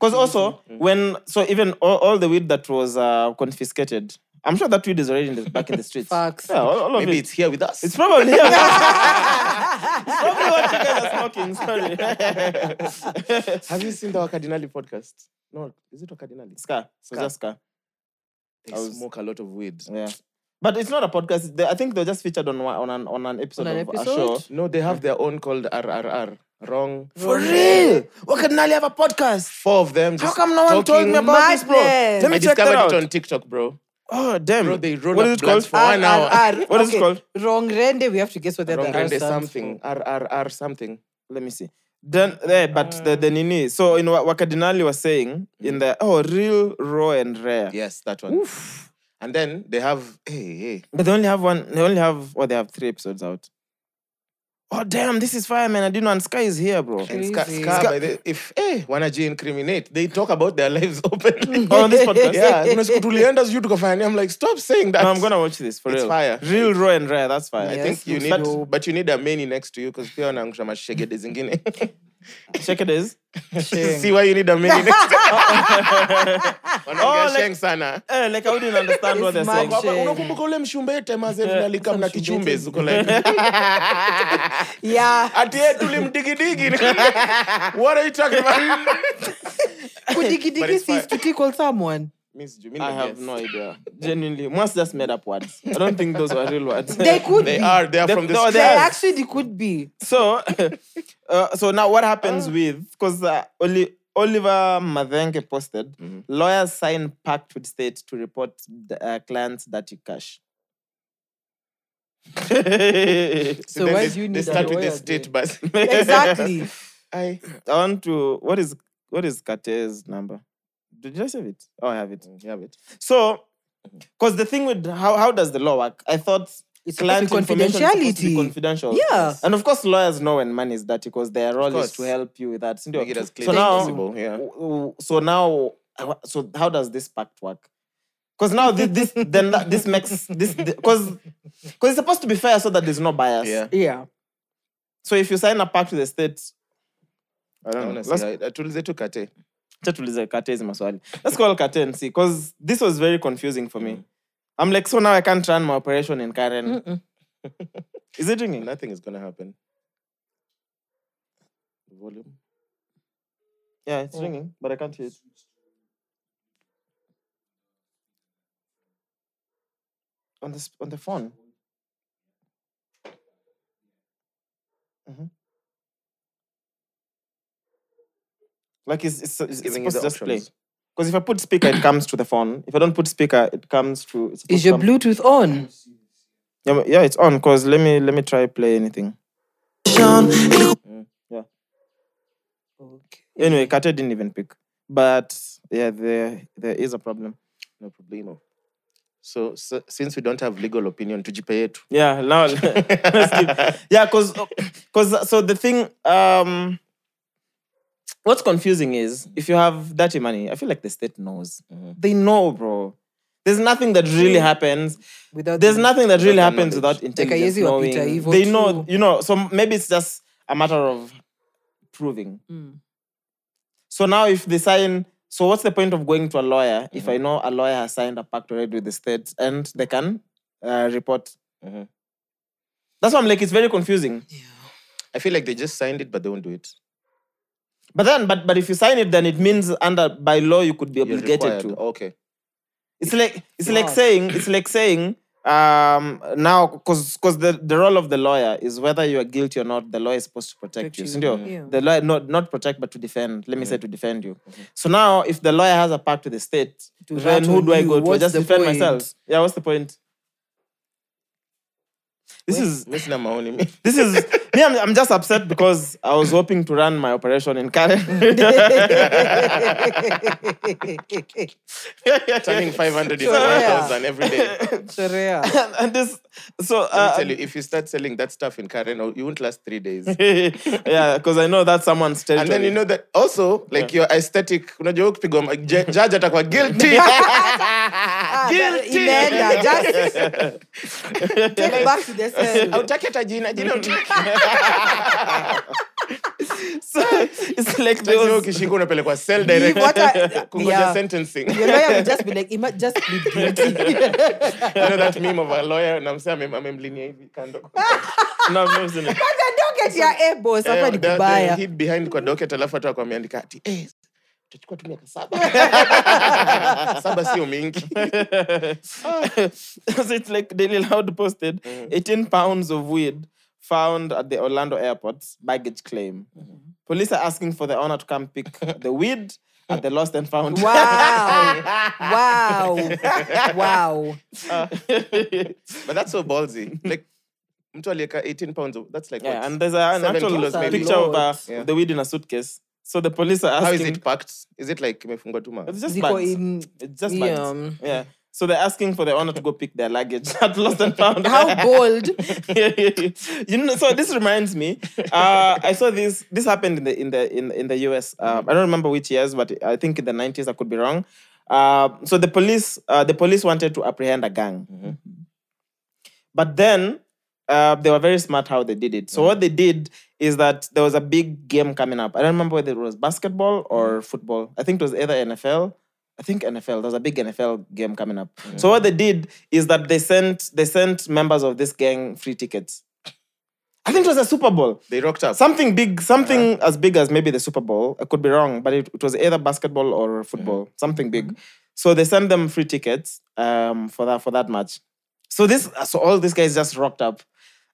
S3: Mm-hmm.
S7: also when so even all, all the weed that was uh, confiscated, I'm sure that weed is already in the, back in the streets.
S4: Facts.
S7: Yeah, all, all of
S3: Maybe
S7: it.
S3: it's here with us.
S7: It's probably yeah. it's probably what you guys are smoking. Sorry.
S3: Have you seen the Wakadinali podcast? No, is it Wakadinali?
S7: Scar. So
S3: Scar.
S7: just Scar.
S3: They
S7: I was-
S3: smoke a lot of weed.
S7: Yeah. But it's not a podcast. They, I think they're just featured on one- on an on an episode
S4: On an
S7: of
S4: episode?
S7: a show.
S3: No, Mm. they have their own called RRR. Wrong.
S7: For real? What can Nali have a podcast?
S3: Four of them. Just
S7: How come no one told me
S3: talking.
S7: about this, bro?
S4: madness.
S7: Let me
S3: I
S7: check that
S3: discovered
S7: out.
S3: it on TikTok, bro.
S7: Oh damn!
S3: Bro, they roll
S7: what
S3: up
S7: is it called?
S3: blunts for one hour.
S4: RRR.
S7: What is it
S4: Okay,
S7: called?
S4: Wrong Rende. We have to guess what the
S3: Wrong
S4: other R
S3: Rende
S4: stands
S3: something.
S4: for.
S3: RRR something.
S7: let me see. Then there, but the, the Nini. So in what Wakadinali was saying in the oh real, raw and rare.
S3: Yes, that one. And then they have, hey, hey.
S7: But they only have one. They only have well, they have three episodes out. Oh damn! This is fire, man. I didn't know. And Sky is here, bro.
S3: And Scar,
S4: Crazy.
S3: Scar
S7: Scar-
S3: by the, if, hey, wanaji incriminate, they talk about their lives openly.
S7: Oh, on this podcast.
S3: yeah, kuna siku tulienda sijui tukafanya. I'm like, stop saying that.
S7: No, I'm gonna watch this for
S3: It's
S7: real.
S3: fire.
S7: Real, raw and rare. That's fire.
S3: I
S4: Yes,
S3: think
S4: we
S3: you need,
S4: should.
S3: but you need a many next to you because pia wanaangusha mashegede zingine.
S7: Check it is.
S3: See why you need a many next to you. Wanaongea
S7: Oh, like-
S3: sheng sana.
S7: Eh, like I wouldn't understand what they're
S4: It's mad
S7: saying.
S4: shit. Sheng.
S3: unakumbuka ule mshumbete mazevinalika mna kichumbe zuko like
S4: Yeah.
S3: ati eh, tulimdigidigi what are you talking about
S4: Could you
S3: But it's
S4: is to tickle someone?
S3: Miss Ju, mi
S7: I
S3: na
S7: have
S3: guess.
S7: no idea. Genuinely, Mwas just made up words. I don't think those were real words.
S4: They could
S3: they
S4: be.
S3: are they are
S7: They-
S3: from the
S7: no,
S3: street.
S4: They
S7: are.
S4: actually they could be.
S7: so uh, so now what happens with because uh, Oli, oliver madenke posted
S3: Mhm.
S7: lawyers sign pact with state to report d- uh, clients dirty cash
S3: See,
S4: So
S3: then
S4: why
S3: they,
S4: do you
S3: they
S4: need a
S3: start with the
S4: lawyer
S3: state
S4: then?
S3: bus
S4: Exactly.
S3: I,
S7: i want to what is what is kate's number did I save it? Oh, I have it.
S3: Mm, you have it Mm-hmm.
S7: So, because the thing with how, how does the law work? I thought
S4: It's
S7: client
S4: supposed to be
S7: information is supposed to be
S4: confidentiality.
S7: confidential.
S4: Yeah.
S7: And of course, lawyers know when money is dirty because their role is
S3: course.
S7: to help you with that. Sindio?
S3: make it as clear
S7: so
S3: as
S7: now,
S3: possible yeah
S7: w- w- so now, I wa- so how does this pact work? Because now this, this then that, this makes this because because it's supposed to be fair so that there's no bias.
S3: yeah
S4: Yeah.
S7: So if you sign a pact with the state, I don't know. Let's-
S3: honestly, I- tulize tu kate
S7: acha tulize kate hizi maswali let's call kate and see because this was very confusing for me i'm like so now i can't run my operation in karen
S3: Mm.
S4: Mm-mm.
S7: is it ringing
S3: nothing is gonna happen volume
S7: yeah
S3: Mm.
S7: it's ringing but i can't hear it on the, sp- on the phone Mhm. Like it's, it's, it's, it's
S3: Giving you
S7: supposed
S3: the
S7: to just play.
S3: options.
S7: Because if I put speaker, it comes to the phone. If I don't put speaker, it comes to. It's supposed
S4: Is
S7: to
S4: your
S7: come-
S4: Bluetooth on?
S7: Yeah, but- yeah, it's on. Cause let me let me try play anything. Mm,
S4: Okay.
S7: Anyway, Kate didn't even pick. But yeah, there there is a problem.
S3: no problemo so, so since we don't have legal opinion tujipe yetu
S7: Yeah, now let's keep- yeah, cause cause so the thing um, what's confusing is if you have dirty money, I feel like the state knows. They know, bro. There's nothing that really happens.
S4: Without
S7: There's
S3: Mm.
S4: the-
S7: nothing that really
S3: that
S7: happens
S3: knowledge.
S7: without intelligence
S4: haiwezi
S7: knowing.
S4: wapita
S3: E
S4: hivyo
S7: They
S4: tu.
S7: know, you know. So maybe it's just a matter of proving.
S4: Mm.
S7: So now if they sign, so what's the point of going to a lawyer if I
S3: Mm-hmm.
S7: know a lawyer has signed a pact already with the state and they can uh, report?
S3: Mhm.
S7: That's why I'm like, it's very confusing.
S3: i feel like they just signed it but they won't do it
S7: But then, but but if you sign it, then it means under by law you could be
S3: You're
S7: obligated
S3: required.
S7: to.
S3: okay
S7: It's like it's like
S4: Wow.
S7: saying it's like saying um now because because the, the role of the lawyer is whether you are guilty or not the lawyer is supposed to protect,
S4: Protect
S7: you,
S4: you,
S7: sindio?
S4: yeah.
S7: the lawyer not not protect but to defend let me say to defend you so now if the lawyer has a pact with the state
S4: To
S7: then
S4: rat
S7: who
S4: on
S7: do i
S4: you,
S7: go to I
S4: what's
S7: just
S4: the
S7: defend
S4: point?
S7: myself yeah what's the point this is
S3: mi sina maoni mi
S7: this is me I'm, I'm just upset because i was hoping to run my operation in karen
S3: turning 500 is
S4: So, yeah.
S3: 1000 every day
S4: Sheria.
S7: and this so
S3: Let me
S7: uh,
S3: tell you, if you start selling that stuff in Karen, oh, you won't last three days.
S7: yeah, because I know that's someone's territory.
S3: And then you know that also, like your aesthetic, unajua ukipigwa ma- ju- judge atakuwa guilty.
S4: Ah, that-
S3: Guilty.
S4: imeenda. Just take back to the cell.
S3: Hautaki hata jina, jina hutaki.
S7: so it's like
S3: Hata hiyo
S7: those,
S3: ukishikwa unapelekwa cell direct.
S4: Leave what I-
S3: Kungoja
S4: yeah.
S3: sentencing.
S4: Your lawyer will just be like, "Ima- just plead guilty.
S3: You know that meme of a lawyer na msee amem- amemlinia hivi kando.
S4: Ah,
S7: no, I've never seen it.
S4: Kwanza docket ya A boss,
S3: Eh,
S4: hapa ni
S3: the- the
S4: kubaya.
S3: hid behind kwa docket alafu hata wako ameandika ati eh, tutachukua tu miaka saba. Saba sio mingi.
S7: so it's like Daily Loud posted 18 pounds of weed found at the Orlando airport, baggage claim. Police are asking for the owner to come pick the weed at the lost and found.
S4: Wow. Wow. Wow.
S3: But that's so ballsy. Like mtu aliyeka 18 pounds of, that's like
S7: yeah,
S3: what?
S7: and there's a, an
S3: Seven
S7: actual
S3: kilos maybe.
S7: picture of, uh,
S4: Loads.
S3: Yeah.
S7: the weed in a suitcase. So the police are asking.
S3: How is it packed? Is it like imefungwa tu ma?
S7: It's just
S4: Ziko
S7: bags.
S4: in-
S7: It's just
S4: Yeah,
S7: bags.
S4: um,
S7: Yeah. So they're asking for the owner to go pick their luggage at Lost and Found.
S4: How bold.
S7: you know, so this reminds me. Uh, I saw this. This happened in the in the in, in the US. Um, I don't remember which years, but I think in the nineties. I could be wrong. Uh, so the police uh, the police wanted to apprehend a gang, but then uh, they were very smart how they did it. So what they did is that there was a big game coming up. I don't remember whether it was basketball or football. I think it was either NFL. I think NFL. There's a big NFL game coming up. So what they did is that they sent they sent members of this gang free tickets. I think it was a Super Bowl.
S3: They rocked up.
S7: Something big, something as big as maybe the Super Bowl. I could be wrong, but it, it was either basketball or football, something big. So they sent them free tickets um, for that for that match. So this, so all these guys just rocked up,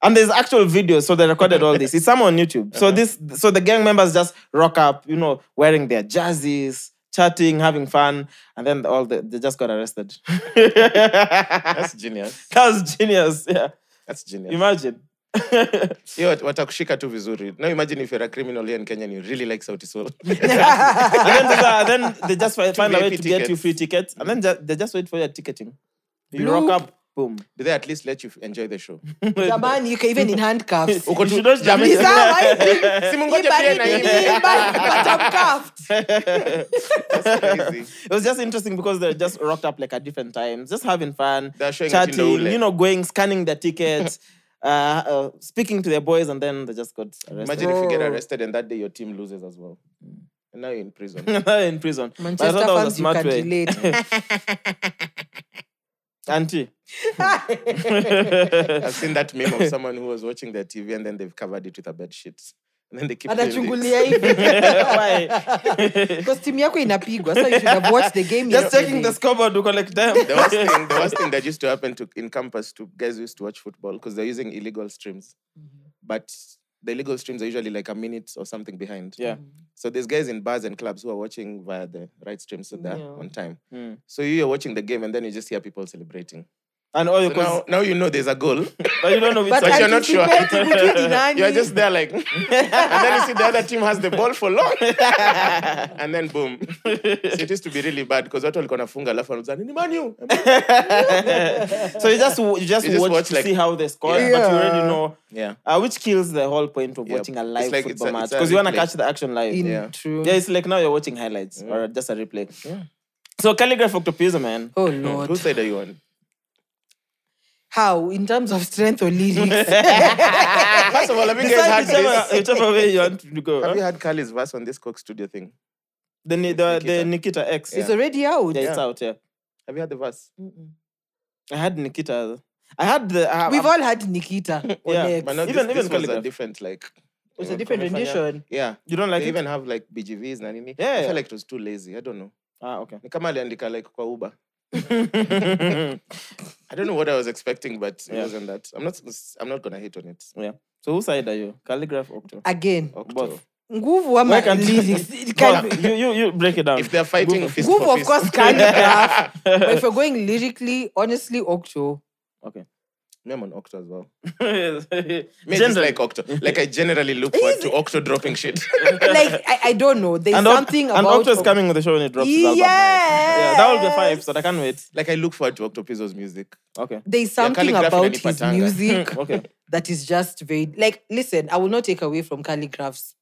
S7: and there's actual videos. So they recorded all this. It's somewhere on YouTube. So this, so the gang members just rock up, you know, wearing their jerseys, chatting, having fun, and then all the, they just got arrested. that
S3: That's genius.
S7: was genius. Yeah,
S3: That's genius.
S7: imagine.
S3: Hiyo wat- watakushika tu vizuri. Now imagine if you're a criminal here in Kenya and you really like Sauti Sol.
S7: and then, there's a- then they just fi- find a way to
S3: VIP
S7: get you
S3: tickets.
S7: free tickets, and then ju- they just wait for your ticketing. You
S4: Bloop.
S7: rock up, boom.
S3: Do they at least let you enjoy the show?
S4: Jamani, you can even in handcuffs.
S7: You should not jump in.
S4: Ni sawa hivi.
S3: Si mungoje pia na
S4: Ibaridi
S3: yeye.
S4: ilimba, but I'm cuffed.
S3: That's crazy.
S7: It was just interesting because they just rocked up like at different times, just having fun,
S3: They're showing it in the
S7: chatting,
S3: ule.
S7: you know, going scanning their tickets. uh, uh, speaking to their boys, and then they just got arrested
S3: Imagine if you get
S4: Bro.
S3: arrested and that day your team loses as well. And now you're in prison.
S7: in prison.
S4: Manchester
S7: that
S4: fans,
S7: was a
S4: you
S7: smart
S4: can
S7: way.
S4: relate.
S7: Auntie,
S3: I've seen that meme of someone who was watching their TV and then they've covered it with a bed sheet. And then they keep doing this.
S4: anachungulia hivi
S7: Why?
S4: because timu yako inapigwa so you should have watched the game
S7: just
S4: yesterday.
S7: checking the scoreboard to collect them.
S3: the worst thing, the worst thing that used to happen to in campus to guys who used to watch football because they're using illegal streams, but the illegal streams are usually like a minute or something behind.
S7: Yeah.
S3: So there's guys in bars and clubs who are watching via the right streams so they're
S4: Yeah.
S3: on time.
S7: Mm.
S3: So you're watching the game and then you just hear people celebrating.
S7: And all
S3: So
S7: you
S3: now, now you know there's a goal,
S7: but you don't know which
S4: But
S3: But
S7: side.
S3: you're not sure.
S4: anticipating between ni nani.
S3: You're just there like, and then you see the other team has the ball for long, and then boom. So it used to be really bad because watu walikuwa nafunga alafu wanauza ni Man U."
S7: so you just you just,
S3: You just
S7: watch,
S3: watch,
S7: to
S3: like-
S7: see how they score,
S3: Yeah.
S7: but you already know
S3: Yeah,
S7: uh, which kills the whole point of
S3: Yep.
S7: watching a
S3: It's
S7: live
S3: like- it's
S7: football
S3: a-
S7: match
S3: it's a
S7: because you want to
S3: replay.
S7: catch the action live.
S4: In-
S3: Yeah.
S4: true.
S7: Yeah, it's like now you're watching highlights or just a replay. So calligraph octopus, man.
S4: oh
S3: whose
S4: lord
S3: side are you on?
S4: how in terms of strength or lyrics
S3: First of all, have you guys
S7: Decide
S3: had this?
S7: whichever, whichever way you want to go.
S3: Have you
S7: huh?
S3: had Kali's verse on this Coke Studio thing?
S7: The, Ni- the, the
S3: Nikita?
S7: Nikita X.
S4: it's already out
S7: Yeah, it's out. Yeah,
S3: Have you had the verse?
S7: I had Nikita. I had the. uh, I,
S4: we've
S7: I,
S4: all had nikita on
S7: Yeah,
S4: X.
S3: But not
S7: Even-
S3: this,
S7: even
S3: this was a
S7: Calligraph.
S3: different like.
S4: it's
S3: you
S4: a
S3: know,
S4: different
S3: Kamefanya.
S4: rendition
S3: Yeah,
S7: you don't like
S3: they
S7: it?
S3: even have like BGVs na nini.
S7: Yeah,
S3: I
S7: yeah.
S3: felt like it was too lazy. I don't know.
S7: Ah, okay.
S3: Ni kama aliandika like kwa Uber. I don't know what I was expecting, but it
S7: Yeah.
S3: wasn't that. I'm not. I'm not gonna hate on it.
S7: yeah. So whose side are you? Calligraph octo.
S4: again
S3: Octo.
S7: Both.
S4: nguvu ama
S7: Why can't-
S4: lyrics It can-
S7: you, you you break it down.
S3: If they're fighting, fist
S4: nguvu
S3: for
S4: Um, of
S3: fist.
S4: course calligraph but if you're going lyrically honestly octo
S7: okay.
S3: Me, I'm on Octo as well. Me, I just
S7: Gender.
S3: like Octo. Like I generally look forward to Octo dropping shit.
S4: like I, I don't know there's
S7: and Oct-
S4: something
S7: and
S4: about
S7: Octo is coming with the show when it drops. his album, right? Yeah, that will be a fun episode. I can't wait.
S3: like I look forward to Octo Pizzo's music. Uh,
S7: Okay.
S4: there's something
S3: calligraphy
S4: about his
S3: inanipatanga.
S4: music
S7: Okay.
S4: that is just very like listen i will not take away from calligraphs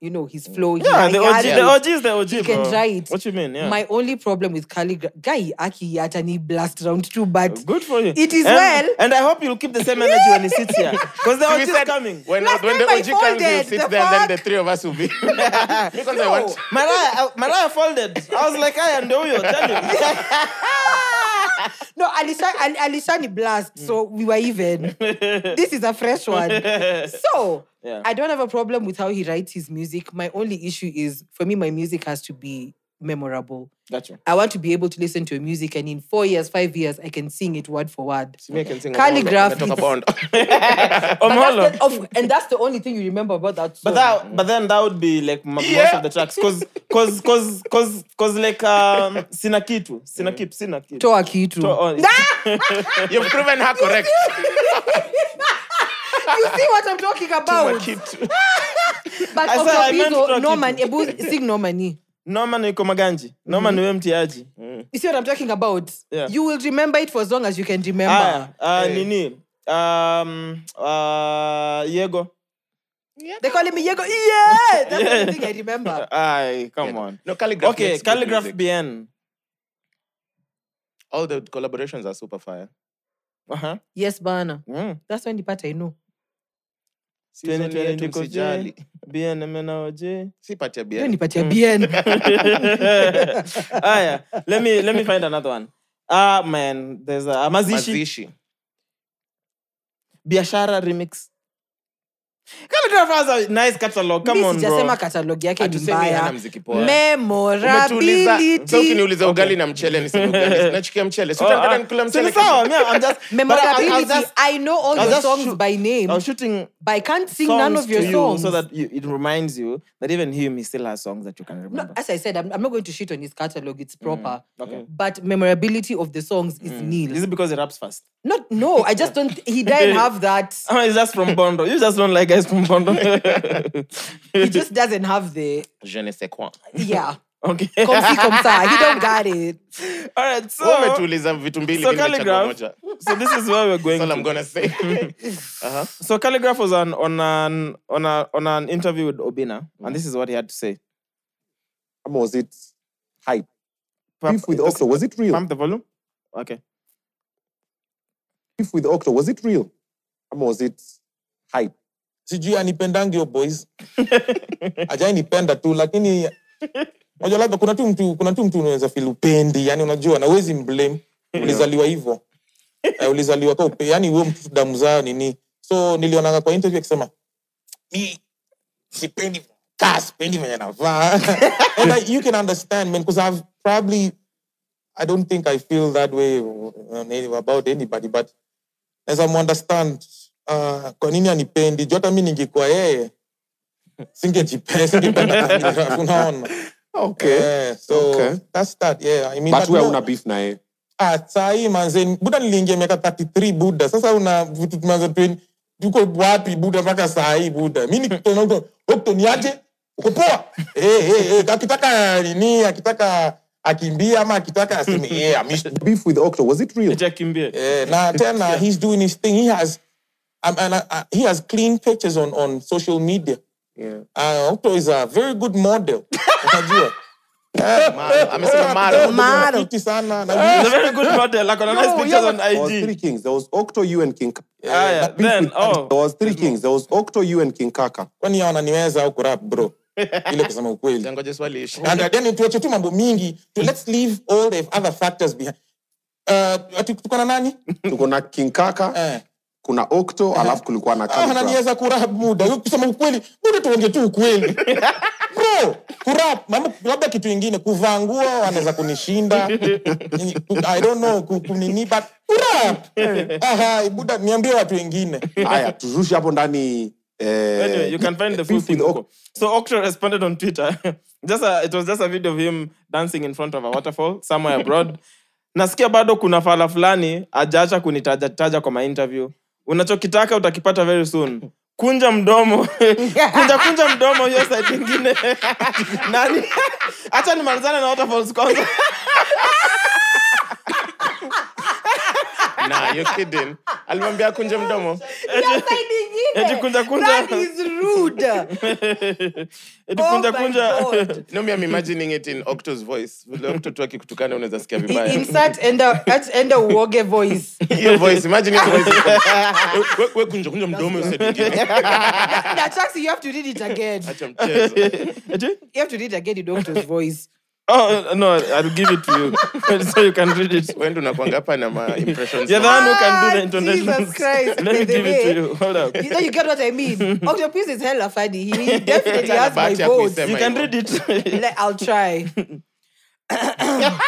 S4: you know his flow he-
S7: Yeah,
S4: he
S7: the
S4: had
S7: OG,
S4: it.
S7: the OG is the OG.
S4: You can
S7: bro.
S4: try it.
S7: What you mean? Yeah.
S4: my only problem with calligraph guy aki atani blast round too but
S7: Good for you.
S4: It is
S7: and,
S4: well.
S7: And I hope you'll keep the same energy when he sits here. Because the OG is coming.
S3: When,
S4: Last
S3: when the
S4: time I
S3: OG comes, he'll
S4: folded,
S3: sit
S4: the
S3: there and then the
S4: fuck?
S3: three of us will be. Because I want.
S7: Mariah, uh, Mariah folded. I was like, I and Oyo, tell you.
S4: no alisha Al- alishani blast so we were even this is a fresh one so
S7: Yeah.
S4: i don't have a problem with how he writes his music my only issue is for me my music has to be memorable
S7: Gotcha.
S4: I want to be able to listen to your music, and in four years, five years, I can sing it word for word.
S3: See, me, I can sing
S4: Calligraph
S3: Talk
S4: is-
S3: about.
S4: But that's
S7: Omolo.
S4: the- of- and that's the only thing you remember about that song.
S7: But that, but then that would be like m- most
S3: Yeah.
S7: of the tracks, cause, cause, cause, cause, cause like um, sina kitu, sina kip, sina kitu.
S4: Toa kitu.
S7: To- oh,
S3: You've proven her correct.
S4: You see what I'm talking about?
S3: Makit.
S4: But
S7: I
S4: of your
S7: said I meant toa
S4: pizo, no
S7: kitu.
S4: man, ebu sing no money.
S7: Norman yuko maganji, Norman wewe mtiaji.
S3: Mm,
S4: You see what I'm talking about?
S7: Yeah.
S4: You will remember it for as long as you can remember.
S7: Aya, uh,
S3: Hey.
S7: nini? Um, uh, Yego.
S4: They call me Yego. Yeah, that's the only thing I
S7: Ah.
S4: remember.
S7: Ay, come on.
S3: No, calligraph.
S7: Okay,
S3: makes good
S7: calligraph
S3: music.
S7: BN.
S3: All the collaborations are super fire.
S7: Uh-huh.
S4: Yes, Bana.
S7: Mm.
S4: That's the only part I know.
S3: Season yetu
S7: 2020 niko
S3: msijali.
S7: J, BN MNOJ.
S3: Si pati ya
S4: Hiyo
S3: BN.
S7: Hmm.
S4: nipatia BN.
S7: Aya, Ah, let me let me find another one. Ah man, there's a uh, Mazishi.
S3: Mazishi.
S7: Biashara remix. Calligraph has a nice catalog. Come
S4: Mi
S7: on, bro.
S4: sijasema catalog yake ni
S3: Hatusemi hana
S4: mbaya.
S3: mziki poa. Umetuuliza- so
S4: Memorability.
S3: ukiniuliza ugali na mchele niseme ugali. Nachukia mchele. Si
S7: Oh,
S3: utanipata
S7: ah,
S3: nikula
S7: so
S3: mchele
S7: ni
S3: kesho.
S7: sawa, yeah, I'm just but I- I- I was
S4: Memorability.
S7: just-
S4: I know all
S7: I'll
S4: your
S7: just
S4: songs
S7: shoot-
S4: by name,
S7: I was shooting
S4: but I can't sing
S7: songs
S4: none of your
S7: to you
S4: songs.
S7: so that you, it reminds you that even him, he still has songs that you can
S4: no,
S7: remember.
S4: as I said, I'm, I'm not going to shit on his catalog. It's proper.
S7: Mm, okay. Mm.
S4: But memorability of the songs is nil.
S7: Is it because he raps fast?
S4: Not no, I just don't. He didn't have that.
S7: Oh, it's just from Bondo. You just don't like guys from Bondo.
S4: He just doesn't have the
S3: Je ne sais quoi.
S4: yeah.
S7: okay.
S4: Come see, come sa. He don't got it.
S7: All right. So,
S3: Wewe umetuuliza vitu mbili
S7: so
S3: mimi nimechagua
S7: calligraph.
S3: moja.
S7: So this is where we're going.
S3: That's all I'm
S7: to.
S3: gonna say.
S7: So calligraph was on on an on a on an interview with Obina, and this is what he had to say.
S1: Or was it hype?
S7: Pump-
S1: Beef with Octo, was it real?
S7: Pump the volume. Okay.
S1: Beef with Octo, was it real? ama was it hype
S8: sijui anipendangi hiyo boys ajainipenda tu lakini unajua labda kuna tu mtu kuna tu mtu unaweza feel upendi yani unajua na uwezi mblame ulizaliwa hivyo Eh, ulizaliwa kwa upe yani huo mtu damu zao nini so nilionanga kwa interview akisema mi sipendi ka sipendi venye navaa and I, you can understand man because i've probably i don't think i feel that way on any- about anybody but naweza muunderstand uh, kwa nini anipendi juu hata mi ningekuwa yeye singejipenda singependa kumjua, unaona Eh, so
S3: Okay.
S8: that's that yeah i mean
S1: but
S8: but
S1: we
S8: no-
S1: una beef naye
S8: Ah, saa hii manze buda niliingia miaka 33 buda sasa una vitu tumeanza twen- tuko wapi buda mpaka saa hii buda mi nikutona mtu, "Wewe kutoniaje uko poa Eh, eh, eh, akitaka nini akitaka akimbie ama akitaka aseme yeah, I'm used to
S1: beef with Octo was it real
S7: Jakimbie.
S8: Eh, na tena he's doing his thing he has um, and, uh, he has clean pictures on, on social media
S3: Yeah.
S8: uh, Octo is a very good model unajua Eh,
S3: Maro, amesema maro.
S4: Maro.
S8: rafiki sana na
S1: Eh.
S7: He's a very good model. Like on a nice pictures on
S1: there was three
S7: IG.
S1: kings there was Octo you and King Kaka.
S7: Ah, yeah.
S1: That beef
S7: Then,
S1: with Kaka.
S7: oh.
S1: there was three kings there was Octo you and King Kaka
S8: kwani wananiweza au kurap bro ile kusema ukweli
S3: Ngoja swali ishi.
S8: And, uh, then tuache tu mambo mingi tu, let's leave all the other factors behind Uh, ati tuko na nani
S1: tuko na King Kaka
S8: Eh.
S1: kuna Octo alafu kulikuwa na
S8: Ah,
S1: Khaligraph.
S8: ananiweza kurap muda Yo, kusema ukweli muda tuonge tu ukweli bro kurap mama- labda kitu ingine kuvaa nguo anaweza kunishinda i don't know ku- kunini but kurap aha buda niambie watu wengine
S1: haya turushe hapo ndani eh,
S7: Anyway, you can find the full
S1: beef with
S7: thing.
S1: Octo.
S7: Huko. So Octo responded on Twitter. just a, it was just a video of him dancing in front of a waterfall somewhere abroad. Nasikia bado kuna fala fulani ajaacha kunitaja taja kwa mainterview. Unachokitaka utakipata very soon. Kunja mdomo. kunja kunja mdomo hiyo side nyingine. Nani? Acha nimalizane na waterfalls kwanza.
S3: Nah, you're kidding. Alimwambia akunje mdomo.
S7: Eti kunja kunja.
S4: That is rude.
S7: Eti
S4: Oh
S7: kunja
S4: my
S7: kunja.
S4: God.
S3: No, me, I'm imagining it in Octo's voice. Vile Octo tu akikutukana unaweza sikia
S4: I-
S3: vibaya.
S4: Insert enda at- enda uoge voice.
S3: Your voice, imagine your voice. We- we- we kunja kunja mdomo hiyo side nyingine.
S4: Na Chaksi, you have to read it again.
S3: Acha mchezo.
S7: Eti
S4: You have to read again in Doctor's voice.
S7: Oh no, I'll give it to you so you can read it.
S3: Wewe ndo unakuanga hapa na ma impressions.
S7: Yeah, the one who
S4: Ah,
S7: can do the
S4: Jesus
S7: international.
S4: Christ.
S7: Let me give it to you. Hold up.
S4: You know, you get what I mean. Octopus is hella funny. He he definitely
S3: Hata
S4: has my
S3: bahati ya
S4: vote.
S3: kuisema
S7: You can
S3: hivyo.
S7: read it.
S4: Like, I'll try.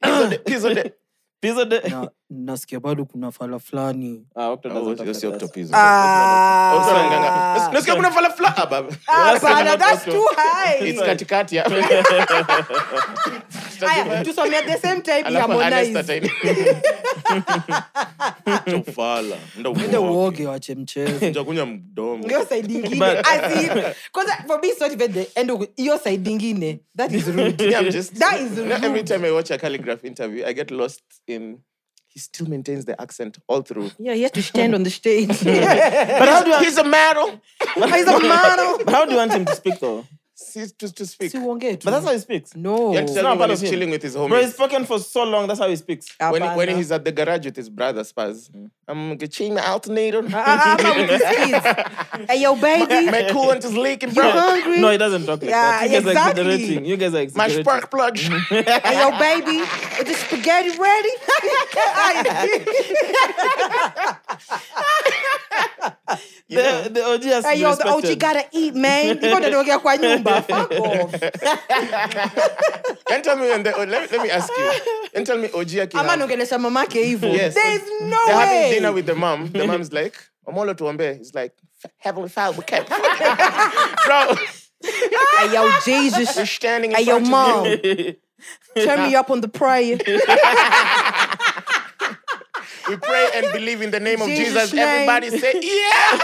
S3: Pizzo de-
S7: Pizza day.
S4: nasikia bado kuna fala fulani
S7: Ah, Octo
S3: Oh,
S7: doesn't
S3: hiyo
S7: talk
S3: sio
S7: like that.
S3: Octo Pizzo. Octo ananganga. Nas-
S4: Ah.
S3: nasikia kuna fala fla- ah, baba.
S4: Ah,
S7: That's
S4: bana,
S7: another
S4: that's
S7: Octo.
S4: too high.
S3: It's katikati ya-
S4: Aya, tusome at the same time
S3: Alafu
S4: Harmonize.
S3: Ernest ataini. Acha ufala. Enda
S4: Enda
S3: uoge.
S4: uoge wache mchezo
S3: Kunja kunja mdomo.
S4: hiyo side ingine
S7: But-
S4: As in, kwanza for me it's not even the end of- hiyo side ingine that is rude
S3: Yeah, I'm just-
S4: That is
S3: You know, every
S4: rude.
S3: time I watch a calligraph interview, I get lost in. He still maintains the accent all through.
S4: yeah he has to stand on the stage
S3: But how do I, he's a model.
S4: he's a man oh.
S7: But how do you want him to speak though?
S3: He's to, to speak.
S4: si uongee
S7: But that's
S4: tu
S7: how he speaks.
S4: no
S3: You have to tell
S7: not
S3: me
S7: part
S3: when
S7: of
S3: he's
S7: him.
S3: chilling with his
S7: Bro, he's
S3: homies.
S7: spoken for so long. That's how he speaks.
S4: Ah,
S3: When, when
S4: Hapana.
S3: he's at the garage with his brother Spaz. I'm getting my alternator.
S4: Ah, ah, with his kids. Hey, yo, baby.
S3: my coolant is leaking,
S4: You
S3: bro.
S4: hungry?
S7: No, he doesn't talk like
S4: Yeah,
S7: that. You guys
S4: exactly.
S7: are exaggerating. You guys are
S3: My
S7: exaggerating.
S3: spark plug.
S4: Hey, yo, baby. Is the spaghetti ready?
S7: The, the OG has to
S4: hey,
S7: be
S4: yo, the
S7: respected.
S4: OG gotta eat, man. Niko nanaongea kwa nyumba. Fuck off.
S3: and tell me, when the, let, me, let me ask you. And tell me, Oji
S4: Ama
S3: Akina.
S4: anaongelesha mamake hivyo.
S3: Yes.
S4: There is no
S3: They're having
S4: way.
S3: dinner with the mom. The mom's like, Omolo Tuombe. He's like, Heavenly Father, we can't. bro,
S4: Hey, yo,
S3: we're
S4: Jesus.
S3: standing in
S4: Hey, yo,
S3: front of you.
S4: mom. Turn me up on the prayer.
S3: We pray and believe in the name of
S4: Jesus'
S3: Jesus.
S4: name.
S3: Everybody say, yeah.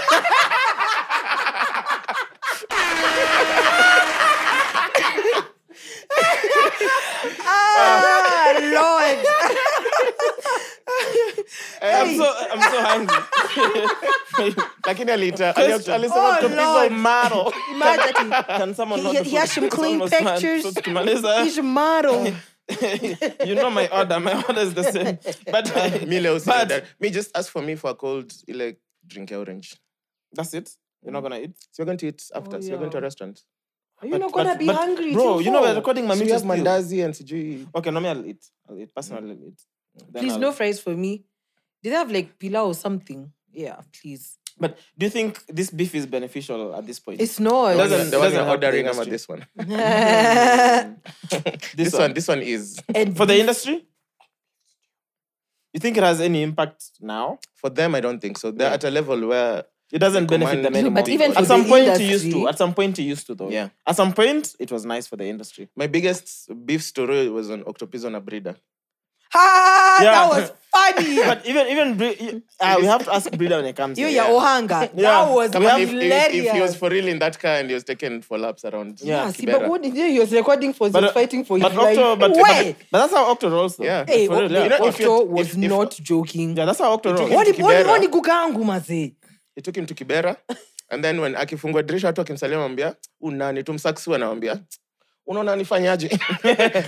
S4: Ah, Lord.
S7: I'm so I'm so hungry.
S3: Lakini aliita ali- alisema
S4: Oh,
S3: to pizo
S4: Lord.
S3: maro.
S4: Imagine that
S7: Can someone
S4: He-
S7: not
S4: he-
S7: do
S4: he has
S7: food?
S4: some
S7: It's
S4: clean
S7: almost man.
S4: pictures.
S7: So,
S4: he-
S7: Kimaliza,
S4: he's a model.
S7: you know my order. My order is the same. But uh,
S3: Mi leo sina
S7: But-
S3: dad. Me just ask for me for a cold like drink your orange.
S7: That's it. You're not gonna eat.
S3: So you're going to eat after. so you're going to a
S4: yeah.
S3: restaurant.
S4: Are you
S7: But-
S4: not gonna
S7: but-
S4: be
S7: but,
S4: hungry?
S7: Bro,
S4: till
S7: you know
S4: four?
S7: we're recording my
S3: So
S7: meat
S3: you have
S7: is still.
S3: mandazi and sijui.
S7: Okay, no, me, I'll eat. I'll eat. Personally, I'll eat. Then
S4: Please,
S7: I'll-
S4: no fries for me. Did they have like pilau or something? Yeah, please.
S7: But do you think this beef is beneficial at this point?
S4: It's not.
S7: Doesn't-
S3: the one you're
S7: doesn't help the
S3: ordering about
S7: industry.
S3: this one.
S4: and
S3: This one, this one is
S7: for the industry. You think it has any impact now?
S3: for them. I don't think so. They're
S7: Yeah.
S3: at a level where
S7: It doesn't
S3: They
S7: benefit them
S3: command-
S7: anymore.
S4: But even for
S7: at some
S4: the
S7: point, you
S4: industry-
S7: used to. At some point, you used to though.
S3: Yeah.
S7: At some point, it was nice for the industry.
S3: my biggest beef story was on octopus on a breeder.
S4: ha,
S7: Yeah.
S4: that was funny.
S7: but even even Bre- uh, we have to ask Brida when it comes.
S4: you,
S7: here.
S4: your ohanga.
S7: Yeah.
S4: That was
S3: Come on, if, if,
S4: hilarious.
S3: if he was for real in that car and he was taken for laps around.
S7: Yeah,
S4: yeah, see, but
S3: Kibera.
S4: what did he was recording for?
S7: But,
S4: he
S7: uh,
S4: was fighting for
S7: But
S4: his life.
S7: Octo, but,
S4: Where?
S7: but, but that's how Octo rolls. Though.
S3: Yeah.
S4: hey,
S7: for real, yeah.
S4: Oc-
S7: You know,
S3: if you're-
S4: Octo was
S3: if- if-
S4: not joking.
S7: yeah, that's how Octo rolls.
S3: took
S4: Oni- oni-
S3: Kibera.
S4: oni gugangu mazee.
S3: He took him to Kibera and then when akifungua dirisha watu akimsalia anamwambia unani tumsaksi anamwambia unaona anifanyaje?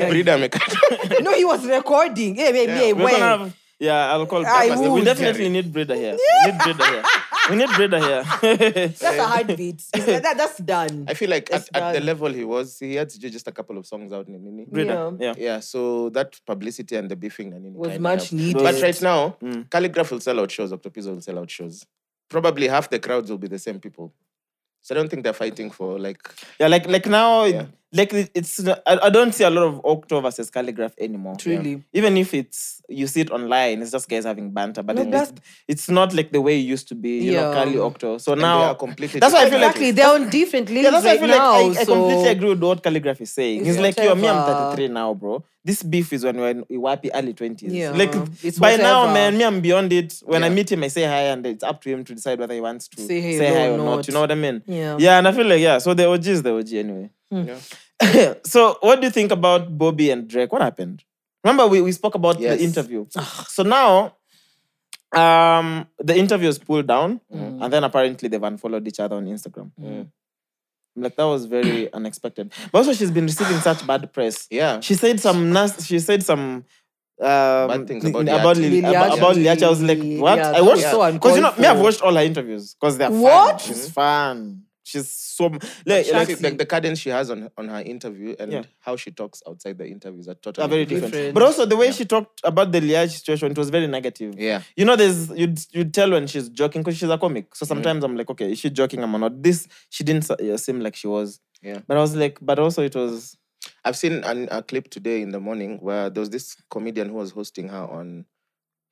S3: Breeder amekata.
S4: No, he was recording. Hey, hey, hey,
S7: We're gonna
S4: where?
S7: have- yeah, I'll call.
S4: I
S7: Breida. We
S4: would.
S7: definitely need Brida here. We need Brida here. We need Brida here.
S4: That's a heartbeat. It's- that, that's done.
S3: I feel like at,
S4: That's
S3: at the
S4: bad.
S3: level he was, he had to do just a couple of songs out in a minute.
S7: Brida. Yeah.
S3: Yeah, so that publicity and the beefing and
S4: Was much needed.
S3: But right now,
S7: Mm.
S3: Calligraph will sell out shows, Octopizzo will sell out shows. Probably half the crowds will be the same people. So I don't think they're fighting for like
S7: Yeah, like like now, it-
S3: Yeah.
S7: like it- it's I, I don't see a lot of Octo versus Calligraph anymore.
S4: Truly.
S7: Even if it's you see it online, it's just guys having banter, but
S4: No,
S7: it-
S4: that's-
S7: it's not like the way it used to be. You know,
S4: Yeah.
S7: Cali Octo. So
S3: and they
S7: now
S3: are completely
S7: that's why I feel like-
S4: Exactly. They're on different
S7: yeah,
S4: levels
S7: that's why I
S4: right
S7: feel
S4: now.
S7: like I, I
S4: so
S7: completely agree with what Calligraph is saying.
S4: It's
S7: He's like, yo, me, I'm
S4: whatever.
S7: 33 now, bro. This beef is when we we're in Iwapi early 20s.
S4: Yeah,
S7: like
S4: it's
S7: by now,
S4: whatever.
S7: man, me, I'm beyond it. When I
S3: Yeah.
S7: meet him, I say hi, and it's up to him to decide whether he wants to
S4: Say hey
S7: hi
S4: or
S7: or not.
S4: not.
S7: You know what I mean?
S3: Um,
S4: Yeah.
S7: Yeah, and I feel like yeah. So the OG is the OG anyway.
S3: Hmm.
S7: so what do you think about Bobby and Drake? What happened? Remember we, we spoke about
S3: Yes.
S7: the interview. so now um the interview is pulled down
S3: Hmm.
S7: and then apparently they've unfollowed each other on Instagram. I'm like that was very unexpected. But also she's been receiving such bad press.
S3: Yeah.
S7: She said some nasty she said some um,
S3: Bad things
S7: n-
S3: about
S7: about,
S3: Lil-
S7: Lil- about,
S4: Liliachi.
S7: about Liliachi. I was like, what?
S4: Yeah,
S7: I
S4: that
S7: watched
S4: was so
S7: because you know me. I've
S4: uncalled for.
S7: watched all her interviews because they're
S4: What?
S7: fun. She's fun. She's so like,
S3: like,
S7: like
S3: the, the cadence she has on, on her interview and
S7: Yeah.
S3: how she talks outside the interviews are totally
S7: are very different.
S4: Different.
S7: But also the way she talked about the Liage situation, it was very negative.
S3: Yeah.
S7: You know, there's you'd you'd tell when she's joking because she's a comic. So sometimes I'm like, okay, is she joking? Am I not? This she didn't s- uh, seem like she was.
S3: Yeah.
S7: But I was like, but also it was.
S3: I've seen an, a clip today in the morning where there was this comedian who was hosting her on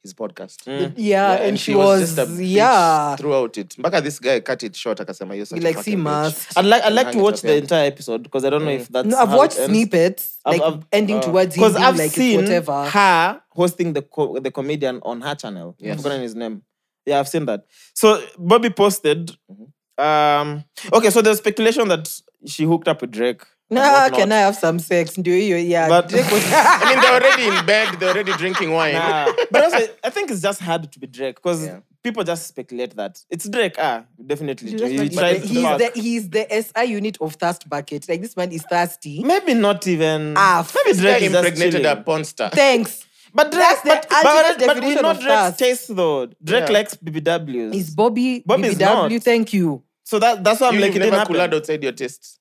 S3: his podcast.
S7: Mm.
S4: Yeah, and, she, was,
S3: bitch
S4: yeah.
S3: throughout it. Mpaka this guy cut it short akasema you're such a
S4: Like, see,
S3: fucking bitch."
S4: must.
S7: I'd like I'd
S3: And
S7: like to
S3: hang it
S7: watch
S3: up,
S7: the
S3: yeah.
S7: entire episode because I don't know if that's.
S4: No, I've watched snippets,
S7: I've-
S4: like
S7: I've-
S3: Oh.
S4: ending towards him,
S7: Because
S4: being
S7: I've
S4: like
S7: seen
S4: it's whatever.
S7: her hosting the co- the comedian on her channel. I've
S3: Yes.
S7: forgotten his name. Yeah, I've seen that. So Bobby posted.
S3: Mm-hmm.
S7: Um, okay, so there's speculation that she hooked up with Drake. and
S4: Nah,
S7: whatnot.
S4: can I have some sex? Do you? Yeah.
S7: But-
S4: Drake was-
S3: I mean, they're already in bed. They're already drinking wine.
S7: Nah. but also, I think it's just hard to be Drake because
S3: Yeah.
S7: people just speculate that it's Drake. Ah, definitely.
S4: He
S7: Drake. He
S4: he's,
S7: tried
S4: the,
S7: to
S4: he's,
S7: fuck.
S4: the, he's the SI unit of thirst bucket. Like this man is thirsty.
S7: Maybe not even.
S4: Ah,
S7: maybe Drake
S3: They
S7: is just
S3: impregnated a
S7: chilling.
S3: porn star.
S4: Thanks.
S7: But Drake,
S4: That's the
S7: but, but,
S4: ultimate
S7: but we
S4: definition
S7: know
S4: of
S7: Drake's
S4: thirst.
S7: taste though. Drake
S3: Yeah.
S7: likes BBWs.
S4: Is Bobby
S7: Bobby's
S4: BBW?
S7: not.
S4: Thank you.
S7: So that that's why I'm
S3: you
S7: like,
S3: like
S7: it didn't
S3: never
S7: happen.
S3: cool outside your taste.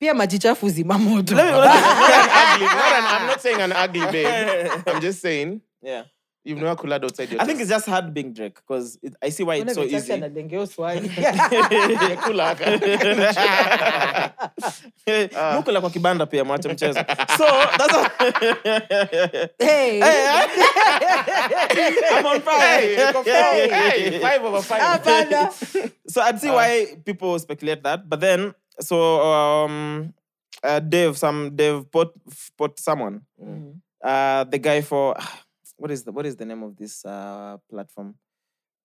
S4: Pia majichafu zimamoto.
S7: Let me- let
S3: Not an ugly, not an- I'm not saying an ugly babe.
S7: me-
S3: I'm just saying
S7: yeah,
S3: you've never cooled outside your.
S7: I think it's just hard being Drake because I see why it's so easy.
S3: Ah.
S7: nukula kwa kibanda pia mwache mchezo so that's a...
S4: Hey.
S7: I'm on fire.
S3: hey, hey, five over
S4: Ah,
S3: five.
S4: Hapana.
S7: so I'd
S3: Uh.
S7: see why people speculate that. But then, so um, uh, Dave, some Dave put put someone,
S4: Mm-hmm.
S7: uh, the guy for what is the what is the name of this uh platform?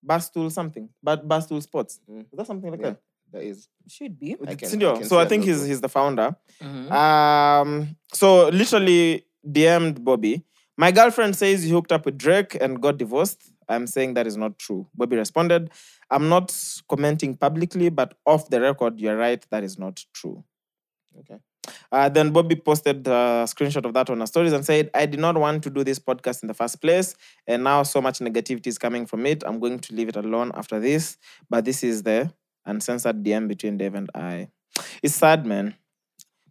S7: Barstool something, but Barstool Sports.
S3: Mm.
S7: Is that something like
S3: Yeah.
S7: that?
S3: That is.
S4: Should be.
S3: I can-
S7: Sindio.
S3: I can
S7: so I
S3: see
S7: think
S3: that
S7: he's
S3: logo.
S7: he's the founder.
S4: mm-hmm.
S7: Um, so literally DM'd Bobby. My girlfriend says you hooked up with Drake and got divorced. I'm saying that is not true. Bobby responded, I'm not commenting publicly, but off the record, you're right, that is not true.
S3: Okay.
S7: Uh, then Bobby posted a screenshot of that on her stories and said, I did not want to do this podcast in the first place, and now so much negativity is coming from it. I'm going to leave it alone after this. But this is the uncensored DM between Dave and I. It's sad, man.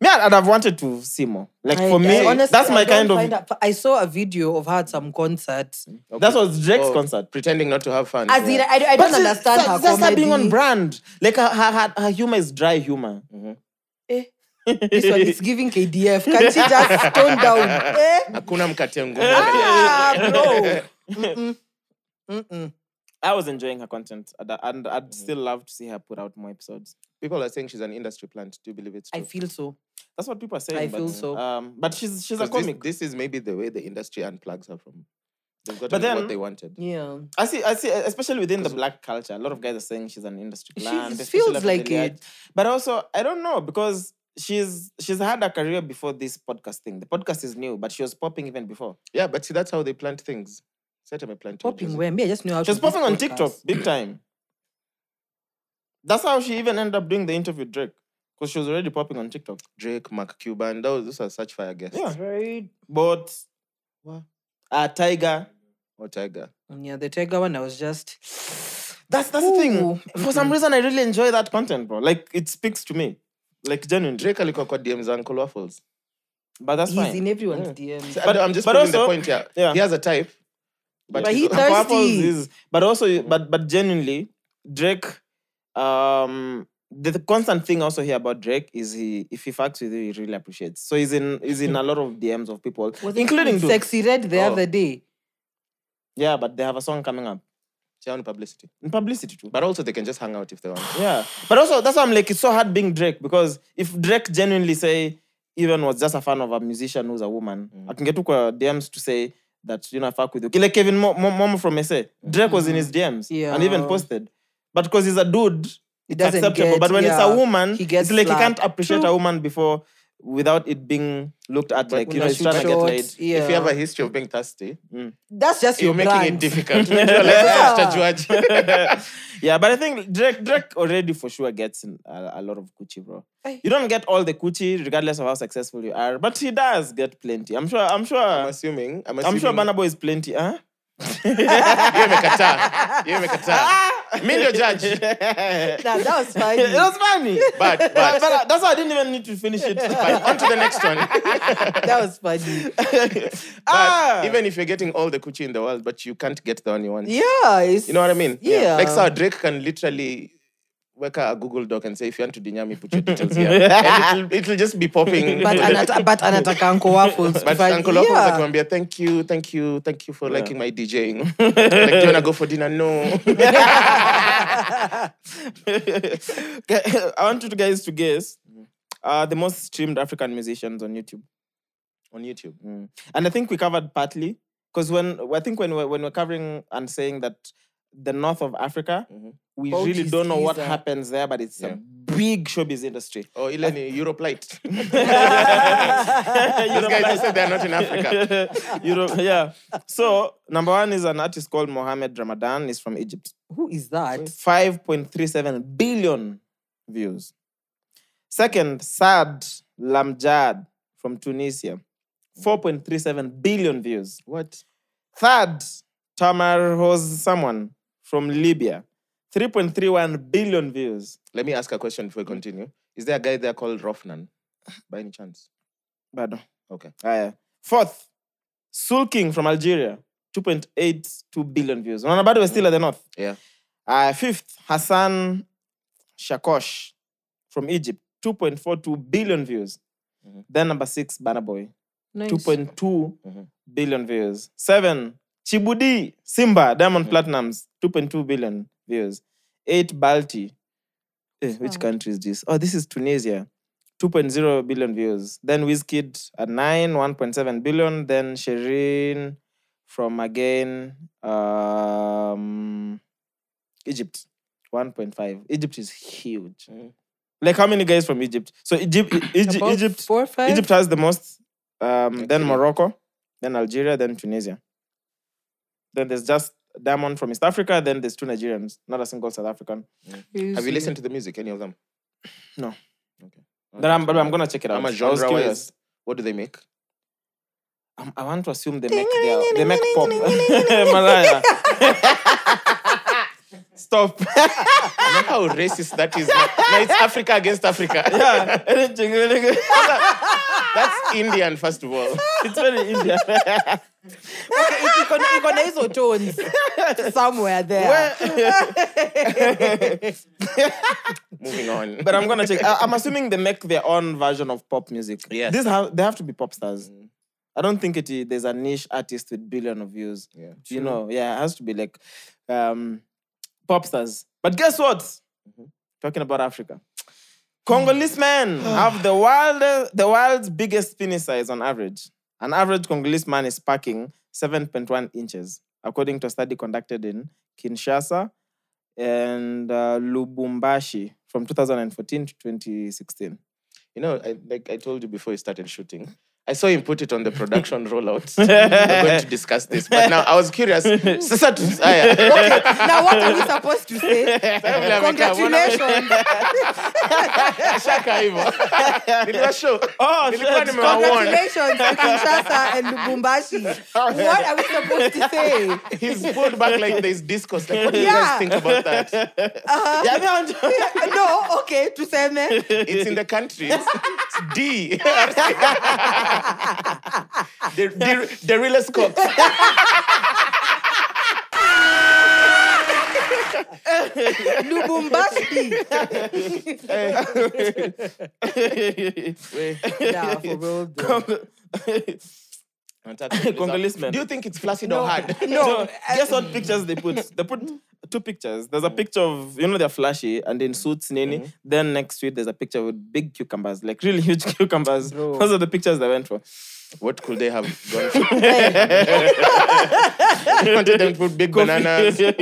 S7: Me, I'd I'd have wanted to see more. Like
S4: I-
S7: for me,
S4: I honestly,
S7: that's
S4: I
S7: my
S4: don't
S7: kind of.
S4: find out- I saw a video of her at some concert.
S7: That was Drake's
S3: Oh,
S7: concert.
S3: pretending not to have fun.
S4: As in, I, I don't
S7: she-
S4: understand
S7: that-
S4: her
S7: That's her
S4: comedy.
S7: being on brand. Like her, her, her, her humor is dry humor.
S4: This one is giving KDF. Can she just tone down? Eh?
S3: Hakuna mkate ngumu.
S4: Ah, bro. Mm-mm. Mm-mm.
S7: I was enjoying her content, and, I- and
S3: Mm.
S7: I'd still love to see her put out more episodes.
S3: People are saying she's an industry plant. Do you believe it's true?
S4: I feel so.
S7: That's what people are saying.
S4: I
S7: but,
S4: feel so.
S7: Um, but she's she's a
S3: 'Cause
S7: comic.
S3: This, this is maybe the way the industry unplugs her from. They've gotten
S7: But then-
S3: what they wanted.
S4: Yeah.
S7: I see. I see. e-, Especially within the black culture, a lot of guys are saying she's an industry plant.
S4: She
S7: especially
S4: feels
S7: after
S4: like
S7: the Lea-
S4: it.
S7: But also, I don't know because she's she's had a career before this podcast thing. The podcast is new, but she was popping even before.
S3: Yeah, but see, that's how they plant things. Set up a plant.
S4: Popping where? Me, I just knew how
S7: She
S4: to
S7: was
S4: do
S7: popping on
S4: podcasts.
S7: TikTok big time. That's how she even ended up doing the interview with Drake. Because she was already popping on TikTok.
S3: Drake, Mark Cuban. Those, those are such fire guests.
S7: Yeah. But what? Uh, Tiger.
S3: Or Tiger.
S4: Yeah, the Tiger one, I was just.
S7: That's that's the
S4: Ooh.
S7: thing. For some reason, I really enjoy that content, bro. Like it speaks to me. Like genuinely.
S3: Drake alikuwa kwa DM za Uncle Waffles.
S7: But that's
S4: He's
S7: fine.
S4: in everyone's DMs.
S3: So,
S7: But-
S3: I'm just
S7: but
S3: proving the
S7: also-
S3: point here.
S7: yeah.
S3: He has a type. But,
S4: But
S3: he's
S4: he
S3: got-
S4: thirsty.
S7: Purpose is- but also, but but genuinely, Drake. Um, the, the constant thing I also hear about Drake is he if he fucks with you, he really appreciates. So he's in he's in a lot of DMs of people,
S4: Was it
S7: including
S4: with
S7: dudes.
S4: Sexy Red the
S3: Oh.
S4: other day.
S7: Yeah, but they have a song coming up
S3: Their own publicity.
S7: in publicity too.
S3: But also, they can just hang out if they want.
S7: Yeah, but also that's why I'm like it's so hard being Drake because if Drake genuinely say even was just a fan of a musician who's a woman,
S4: Mm.
S7: I can get to DMs to say that you know I fuck with you. Like Kevin Mo- Mo- Momo from SA, Drake was in his DMs and
S4: Mm-hmm.
S7: even
S4: Yeah.
S7: posted, but because he's a dude, it's
S4: doesn't
S7: acceptable.
S4: get-
S7: but when it's
S4: yeah,
S7: a woman,
S4: he gets
S7: it's like you can't
S4: slapped.
S7: appreciate
S4: True.
S7: a woman before without it being looked at like you know
S4: Una
S7: he's trying to
S4: shoot
S7: get
S4: shot,
S7: laid.
S4: Yeah.
S3: If you have a history of being thirsty,
S4: That's just your
S3: you're making it
S4: brand.
S3: difficult. You're like, "Sasa tutajuaje?"
S7: yeah, but I think Drake Drake already for sure gets in a, a lot of coochie, bro.
S4: Hey.
S7: You don't get all the coochie regardless of how successful you are, but he does get plenty. I'm sure. I'm sure.
S3: I'm
S7: I'm,
S3: assuming. I'm,
S7: sure
S3: assuming-
S7: Burna Boy is plenty,
S3: Hmm.
S7: huh?
S3: Yeye amekataa. Yeye amekataa. Mi ndio judge.
S4: Nah, that was funny.
S7: it was funny,
S3: But, but,
S7: but uh, that's why I didn't even need to finish it.
S3: but on to the next one.
S4: that was funny.
S3: But
S7: ah,
S3: even if you're getting all the coochie in the world, but you can't get the one you want.
S4: Yeah. It's,
S3: You know what I mean?
S4: Yeah.
S3: Like so Drake can literally work out a Google Doc and say, if you want to dinyami, put your details here. and it'll, it'll just be popping.
S4: But, anata, but anataka Uncle Waffles.
S3: But
S4: kufanya-
S3: Uncle Lopez
S4: Yeah.
S3: akamwambia thank you, thank you, thank you for liking my DJing. like, do you wanna go for dinner? No.
S7: I want you guys to guess uh, the most streamed African musicians on YouTube.
S3: On YouTube.
S7: Mm. And I think we covered partly because when I think when we're, when we're covering and saying that the north of Africa,
S3: Mhm.
S7: we
S4: Oh,
S7: really don't know what
S4: Jesus.
S7: happens there, but it's
S3: Yeah.
S7: a big showbiz industry.
S3: Or ile ni Europlight.
S7: You
S3: Those
S7: know,
S3: guys
S7: like-
S3: just said they're not in Africa.
S7: you know, yeah. So number one is an artist called Mohammed Ramadan. He's from Egypt.
S4: Who is that?
S7: Five point three seven billion views. Second, Saad Lamjad from Tunisia. 4.37 billion views.
S3: What?
S7: Third, Tamar Hose someone from Libya. 3.31 billion views.
S3: Let me ask a question before we continue. Is there a guy there called Rofnan? By any chance?
S7: Bado.
S3: Okay.
S7: Aya. Fourth, Sulking from Algeria. 2.82 billion views. Unaona bado we're still at the north.
S3: Yeah.
S7: Uh, fifth, Hassan Shakosh from Egypt. 2.42 billion views.
S3: Mhm.
S7: Then number six, Banner Boy.
S4: Nice.
S7: 2.2
S3: Mhm.
S7: billion views. Seven, Chibudi Simba, Diamond Platinums, 2.2 billion views. Eight, Balti. Eh, which country is this? Oh, this is Tunisia. 2.0 billion views. Then Wizkid at 9, 1.7 billion. Then Shireen from again um, Egypt, 1.5. Egypt is huge.
S3: Mm.
S7: Like how many guys from Egypt? So Egypt, Egypt,
S4: About
S7: Egypt
S4: Four or five?
S7: Egypt has the most. Um, then
S3: Nigeria.
S7: Morocco, then Algeria, then Tunisia. Then there's just Diamond from East Africa. Then there's two Nigerians, not a single South African.
S3: Have you listened to the music, any of them?
S7: No.
S3: Okay.
S7: Then I'm, but I'm gonna check it out.
S3: Ama
S7: I was
S3: genre-wise,
S7: curious.
S3: what do they make?
S7: I'm- I want to assume they make their, they make pop. Malaya. Stop.
S3: Remember how racist that is. now Now it's Africa against Africa.
S7: yeah, anything really good.
S3: That's Indian, first of all.
S7: It's very Indian.
S4: iko iko na hizo tones somewhere there
S3: Moving on.
S7: but I'm gonna check. I, am assuming they make their own version of pop music.
S3: Yes.
S7: These have they have to be pop stars. I don't think it i- there's a niche artist with billion of views.
S3: Yeah.
S7: You know, yeah, it has to be like um pop stars. But guess what? Talking about Africa. Congolese men have the world the world's biggest penis size on average. An average Congolese man is packing 7.1 inches, according to a study conducted in Kinshasa, and uh, Lubumbashi from 2014 to 2016.
S3: You know, I, like I told you before you started shooting, I saw him put it on the production rollout. We're going to discuss this. But now I was curious. Sasa tu- haya.
S4: now what are we supposed to say congratulations
S3: Shaka hivyo. Niliwashow.
S7: Oh,
S3: Nilikuwa
S7: shit.
S3: nimewaona.
S4: congratulations to kinshasa and lubumbashi
S7: Oh,
S4: what are we supposed to say
S3: He's pulled back like there's discourse. Like, what do you guys
S4: Yeah.
S3: think about that?
S4: Uh-huh.
S7: Congratulations.
S4: no okay tuseme
S3: It's in the country. It's it's D. the, the, the realest cock.
S4: lubumbashi yeah, for real though.
S7: Congolese men.
S3: Do you think it's flaccid or hard?
S7: No, guess what pictures they put? They put two pictures. There's a picture of you know they're flashy and in suits nini.
S4: Mm-hmm.
S7: Then next to it there's a picture with big cucumbers, like really huge cucumbers. Those are the pictures they went for.
S3: What could they have gone for? They wanted them to put big bananas to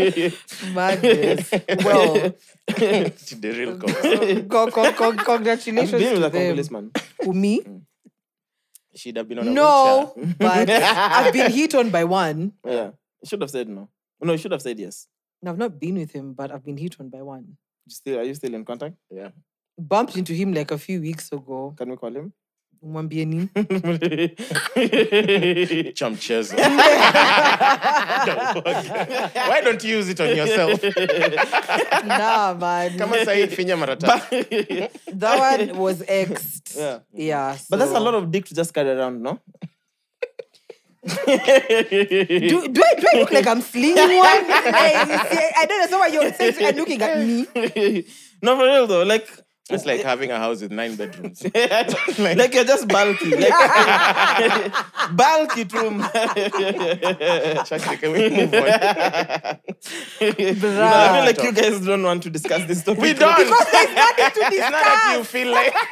S4: madness well
S3: the real cock.
S4: co- co- co-
S7: I've
S4: congratulations
S7: been
S4: to
S7: with a
S4: them
S7: Congolese man.
S4: to me
S3: She'd have been on a
S4: no but i've been hit on by one
S7: Yeah, you should have said no. No, you should have said yes.
S4: and I've not been with him, but I've been hit on by one.
S7: You still, are you still in contact?
S4: Bumped into him like a few weeks ago.
S7: Can we call him?
S4: Mwambieni.
S3: wheelchair. Chum chairs. Why don't you use it on yourself?
S4: nah, man.
S3: Kama sahi finya mara tatu.
S4: That one was exed.
S7: Yeah.
S4: Yeah.
S7: But that's a
S4: so-
S7: lot of dick to just carry around, no?
S4: Do, do, I, do I look like I'm slinging one? I, see, I don't know why you're saying and looking at me.
S7: no, for real though. Like,
S3: It's like having a house with nine bedrooms.
S7: like, you're just bulky. Like, bulky room.
S3: Shaki, can we move on?
S7: I feel
S4: Bruh.
S7: like you guys don't want to discuss this topic.
S3: We don't.
S4: There's nothing to
S3: It's not that you
S4: discuss.
S3: feel like.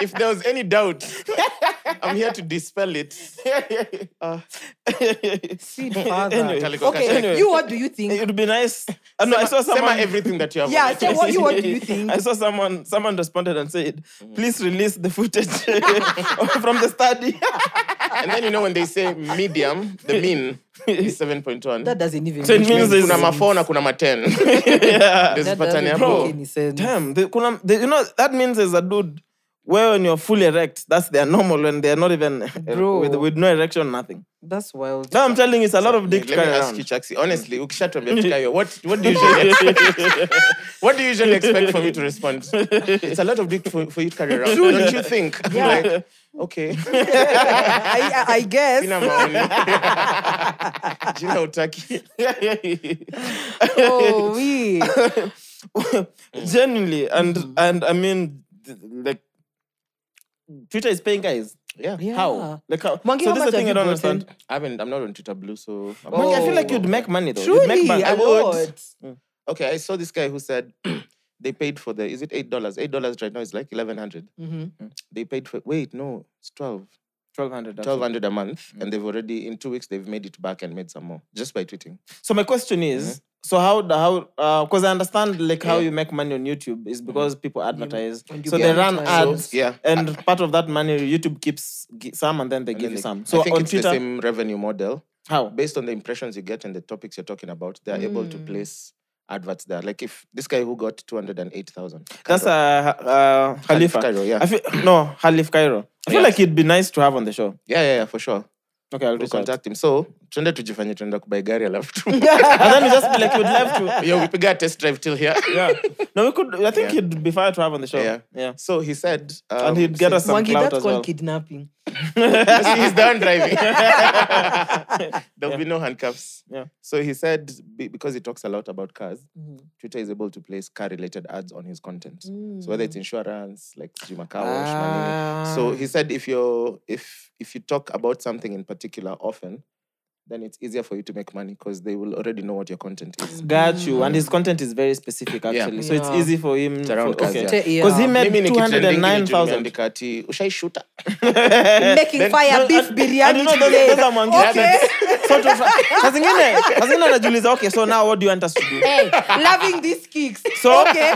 S3: If there was any doubt, I'm here to dispel it. Uh,
S4: Sweet father.
S7: Anyway.
S3: Kaliko
S4: Okay,
S3: Kashaki.
S7: Anyway.
S4: you what do you think?
S7: It would be nice. I know. I saw
S3: Sema
S7: someone.
S3: everything that you have.
S4: Yeah,
S3: on
S4: say what you what do you think?
S7: I saw someone. Someone responded and said, "Please release the footage from the study."
S3: And then you know when they say medium, the mean is 7.1.
S4: That doesn't even
S7: So it
S4: make
S7: means
S4: any
S7: there's-
S3: kuna
S4: sense.
S3: ma4 na kuna ma10
S4: That
S3: patani
S4: doesn't
S3: hapo
S4: make any sense.
S7: Damn, the, kuna, the, you know that means there's a dude where when you're fully erect, that's their normal when they're not even
S4: Bro.
S7: with, with no erection, nothing.
S4: That's wild.
S7: No, I'm telling you, it's a lot of dick
S3: Let
S7: to
S3: me
S7: carry
S3: ask
S7: around.
S3: you, Chaksi. Honestly,
S7: Mm.
S3: ukishatwambia tukayo, what, what do you usually expect? what do you usually expect for me to respond? It's a lot of dick for, for you to carry around. Don't you think? I'm
S4: Yeah.
S3: like, okay.
S4: I, I, I guess.
S3: Sina maoni. Jina hutaki.
S4: Oh, we.
S7: Genuinely, and and I mean, th- like, Twitter is paying guys.
S3: Yeah.
S4: Yeah.
S7: How? Like how?
S4: Mwangi,
S7: so
S4: how much
S7: this is the
S4: have
S7: thing I
S4: you
S7: don't
S4: brought in?
S7: understand.
S3: I haven't, I'm not on Twitter Blue, so. I'm
S7: Mwangi, I feel
S4: Oh.
S7: like you'd make money though. You'd
S4: Truly,
S7: make money.
S4: I would.
S3: Okay, I saw this guy who said they paid for the, is it $8? $8 right now is like 1100
S4: Mm-hmm.
S3: They paid for, wait, no, it's 12
S7: Twelve hundred.
S3: twelve hundred a month,
S7: Mm.
S3: and they've already in two weeks they've made it back and made some more just by tweeting.
S7: So my question is,
S3: Mm-hmm.
S7: so how the- how because I understand like how you make money on YouTube is because people advertise,
S4: and Mm-hmm. you
S7: so
S4: get
S7: they run
S4: advertisers.
S7: ads,
S3: Yeah.
S7: and part of that money YouTube keeps gi- some and then they
S3: And
S7: give
S3: then
S7: you
S3: they-
S7: some.
S3: I
S7: So
S3: think
S7: on
S3: it's
S7: Twitter,
S3: the same revenue model
S7: how? Mm.
S3: based on the impressions you get and the topics you're talking about. They're able to place adverts there. Like if this guy who got 208,000.
S7: That's uh, uh,
S3: Halif
S7: Khalifa.
S3: Cairo, yeah.
S7: I feel, no, Halif Cairo. I feel
S3: Yes.
S7: like it'd be nice to have on the show.
S3: yeah, yeah, yeah, for sure.
S7: Okay, I'll
S3: We'll
S7: reach out.
S3: contact him. So, tuende tujifanye tunaenda kubai gari alafu tu.
S7: And then we just be like, we'd love to.
S3: Yo, ukipiga test drive till here.
S7: Yeah. No, we could. I think
S3: Yeah.
S7: it'd be fine to have on the show.
S3: Yeah.
S7: Yeah.
S3: So he said, um,
S7: And he'd get us some
S4: Mwangi,
S7: clout
S4: that's
S7: as
S4: called
S7: well.
S4: kidnapping.
S3: Yes, he's done driving. There'll be no handcuffs.
S7: Yeah.
S3: So he said, be- because he talks a lot about cars,
S4: Mhm.
S3: Twitter is able to place car related ads on his content. So whether it's
S7: Mm.
S3: insurance, like sijui car wash,
S7: Ah.
S3: manini.
S4: Ah.
S3: So he said, if you if if you talk about something in particular often, then it's easier for you to make money because they will already know what your content is.
S7: Got you. And his content is very specific,
S3: Yeah.
S7: actually. So it's
S4: Mm. Yeah.
S7: easy for him.
S3: It's around
S7: for,
S3: cars,
S7: okay.
S3: yeah.
S4: Te- yeah.
S7: Because he made
S3: Mimi nikitrending
S7: 209,000.
S3: nimeandika ati ushaishuta.
S4: making fire beef biryani
S7: And you know, those,
S4: today.
S7: those are Mwangi.
S4: Okay.
S7: Sort of- Saa zingine saa zingine anajiuliza okay so now what do you want us to do
S4: Hey, loving these kicks.
S7: So-
S4: okay.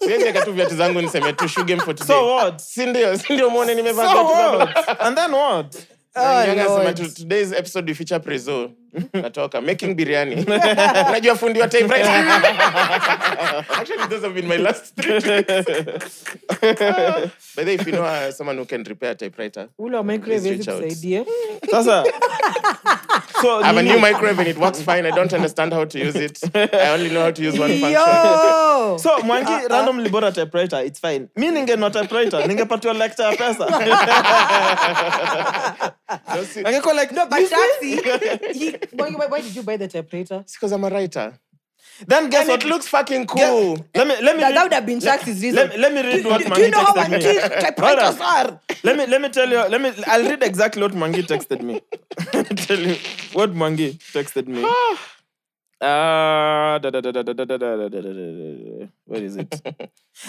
S3: Siwezi weka tu viatu zangu niseme tu shoe game for today.
S7: so what
S3: Si ndio, si ndio muone nimevaa
S7: so
S3: viatu zangu.
S7: what and then what
S4: Oh,
S3: Young
S4: Lord.
S3: anasema, "To- today's episode we feature prezo natoka making biryani unajua fundi wa typewriter actually those have been my last three tricks by the way, if you know uh, someone who can repair a typewriter
S4: Ule wa microwave hawezi
S3: Please reach out.
S4: kusaidia.
S7: sasa so
S3: I have a
S7: nini-
S3: new microwave and it works fine. I don't understand how to use it. I only know how to use one function.
S4: Yo.
S7: so mwangi randomly bought a typewriter it's fine mi ningenua typewriter ningepatiwa lecture ya pesa
S3: No, see,
S7: angekuwa like
S4: No, but Shafsi, he, why, why, why did you buy the typewriter?
S3: it's because I'm a writer.
S7: then guess
S3: And
S7: what
S3: it looks fucking cool.
S7: let me let
S4: That, that
S7: me read,
S4: would have been Shaxi's reason.
S7: let, let me read
S4: do,
S7: what
S4: do, do
S7: Mwangi
S4: you know how
S7: texted me.
S4: much typewriters
S7: Hold on.
S4: are?
S7: let me let me tell you. Let me. I'll read exactly what Mwangi texted me. tell you what Mwangi texted me. Ah, da, da, da, da, da, da, da, da, da, da, da, da. Where is it?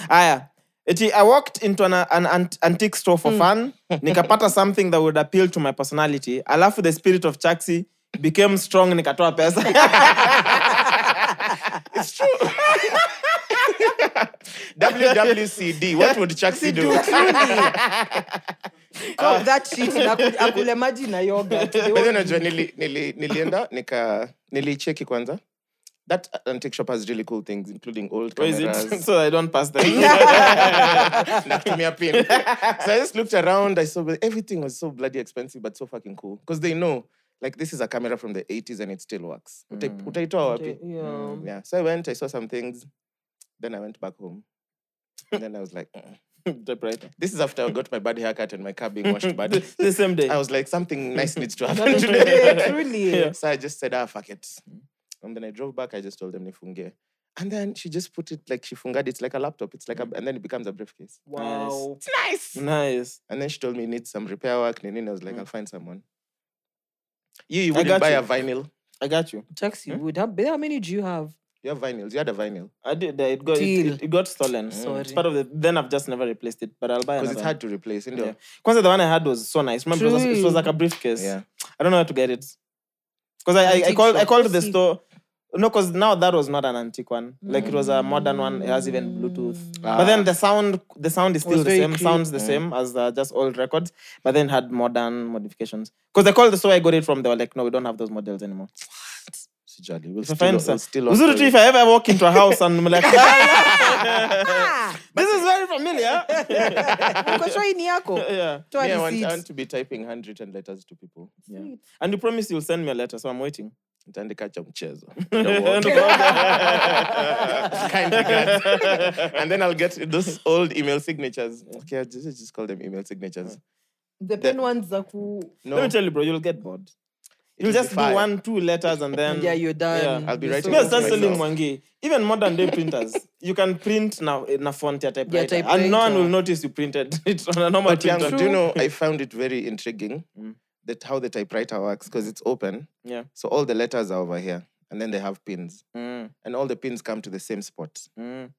S7: Aya. Eti, I walked into an, an, ant- antique store for
S4: Hmm.
S7: fun. Nikapata something that would appeal to my personality. Alafu the spirit of Chaxi became strong. Nikatoa pesa.
S3: WWCD. What would Chucksy do?
S4: Call that shit na aku- akulemeji na yogurt. They
S3: By the way,
S4: won't-
S3: unajua nili- nili- nilienda nika nilicheki kwanza that antique shop has really cool things including old
S7: Where is
S3: cameras
S7: it? so I don't pass them.
S3: na kutumia pin so i just looked around i saw everything was so bloody expensive but so fucking cool because they know like this is a camera from the 80s and it still works Utai-
S7: Mm.
S3: utaitoa wapi Mm,
S4: Yeah.
S3: yeah so i went i saw some things then i went back home and then i was like "Mm."
S7: Typewriter.
S3: this is after i got my bad haircut and my car being washed bad
S7: the same day.
S3: i was like something nice needs to happen today
S4: Yeah, Truly.
S3: So I just said, ah, fuck it. And then I drove back. I just told them nifunge. And then she just put it like she fungad. It's like a laptop. It's like
S7: Mm.
S3: a, and then it becomes a briefcase.
S4: Wow.
S3: It's nice.
S7: Nice.
S3: And then she told me it needs some repair work. And I was like, I'll find someone. You,
S7: Mm. I
S3: you wouldn't
S7: got
S3: buy
S7: you.
S3: a vinyl.
S7: I got you.
S4: Chaxi, would how, how many do you have?
S3: You have vinyls. You had a vinyl
S7: I did. uh, It got it,
S4: Deal.
S7: it, it got stolen. Mm.
S4: Sorry.
S7: It's part of the. Then I've just never replaced it, but I'll buy
S3: because
S7: another.
S3: it's hard to replace. You know?
S7: Yeah. Because the one I had was so nice. Remember, it was, it was
S4: True.
S7: like a briefcase.
S3: Yeah.
S7: I don't know how to get it. Because I, I, I
S4: Antique
S7: called I
S4: shop.
S7: called the
S4: See.
S7: store. No, because now that was not an antique one. Like it was a modern one. It has even Bluetooth.
S3: Ah.
S7: But then the sound the sound is
S4: Was
S7: still the
S4: very
S7: same.
S4: clean.
S7: Sounds the
S3: Mm.
S7: same as uh, just old records. But then had modern modifications. Because I called the store I got it from. They were like, no, we don't have those models anymore.
S3: Sijali. We'll
S7: If I
S3: still,
S7: find
S3: we'll
S7: some,
S3: still
S7: Uzuri
S3: offer
S7: tu,
S3: you.
S7: if I ever walk into a house and I'm like,
S4: Ah,
S7: this is very familiar.
S4: uko sure hii ni yako?
S7: yeah.
S4: Toa
S3: Me, I want, I
S4: receipt.
S3: want to be typing handwritten letters to people.
S7: yeah. And you promise you'll send me a letter, so I'm waiting.
S3: Nitaandika cha mchezo.
S7: And
S3: kind regards. and then I'll get those old email signatures. Okay, I'll just, just call them email signatures.
S4: The pen ones za ku-
S3: No,
S7: Let me tell you, bro, you'll get bored. You'll
S3: it'll
S7: just
S3: be
S7: do
S3: fire.
S7: one, two letters, and then
S4: Yeah, you're done.
S7: Yeah,
S3: I'll be
S4: You're
S3: writing
S7: Me, I'll
S4: so-
S7: start selling
S3: Myself.
S7: Mwangi. Even modern day printers, you can print now in a font at typewriter,
S4: typewriter.
S7: and no one will notice you printed it on a normal
S3: But
S7: printer.
S3: young, do you know, I found it very intriguing that how the typewriter works because it's open.
S7: Mm. Yeah.
S3: So all the letters are over here and then they have pins.
S7: Mm,
S3: And all the pins come to the same spot.
S7: mm.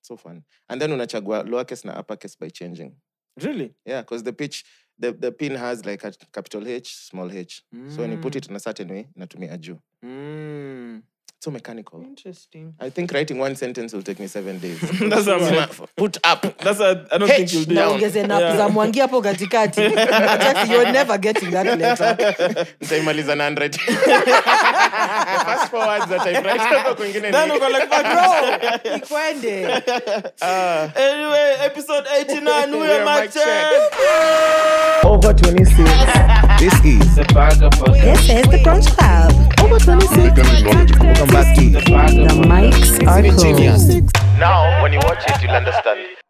S3: So fun. And then unachagua lowercase na uppercase by changing.
S7: Really?
S3: Yeah, because the pitch, the, the pin has like a capital H, small h. So when you put it in a certain way, inatumia juu.
S7: Mm.
S3: It's so mechanical
S4: Interesting.
S3: i think writing one sentence will take me seven days
S7: That's what I'm
S3: Sima- put up
S7: That's a, I don't
S3: H,
S7: think you'll do
S3: no.
S7: it.
S4: ongeze nap
S7: Yeah.
S4: za mwangi hapo katikati Atati, you're never getting that letter
S3: nitaimaliza na 100 The first four words that I write hapo kwingine
S7: Then
S3: ni
S7: we go like back,
S4: bro ikwende
S7: Anyway, episode 89, we
S3: We're
S7: are
S3: mic
S7: Mike
S3: check.
S7: Check.
S2: Over 26. This is
S5: This is the Brunch Club. Over 26.
S2: Kumbaki.
S5: The mics are cool.
S6: Now, when you watch it, you'll understand.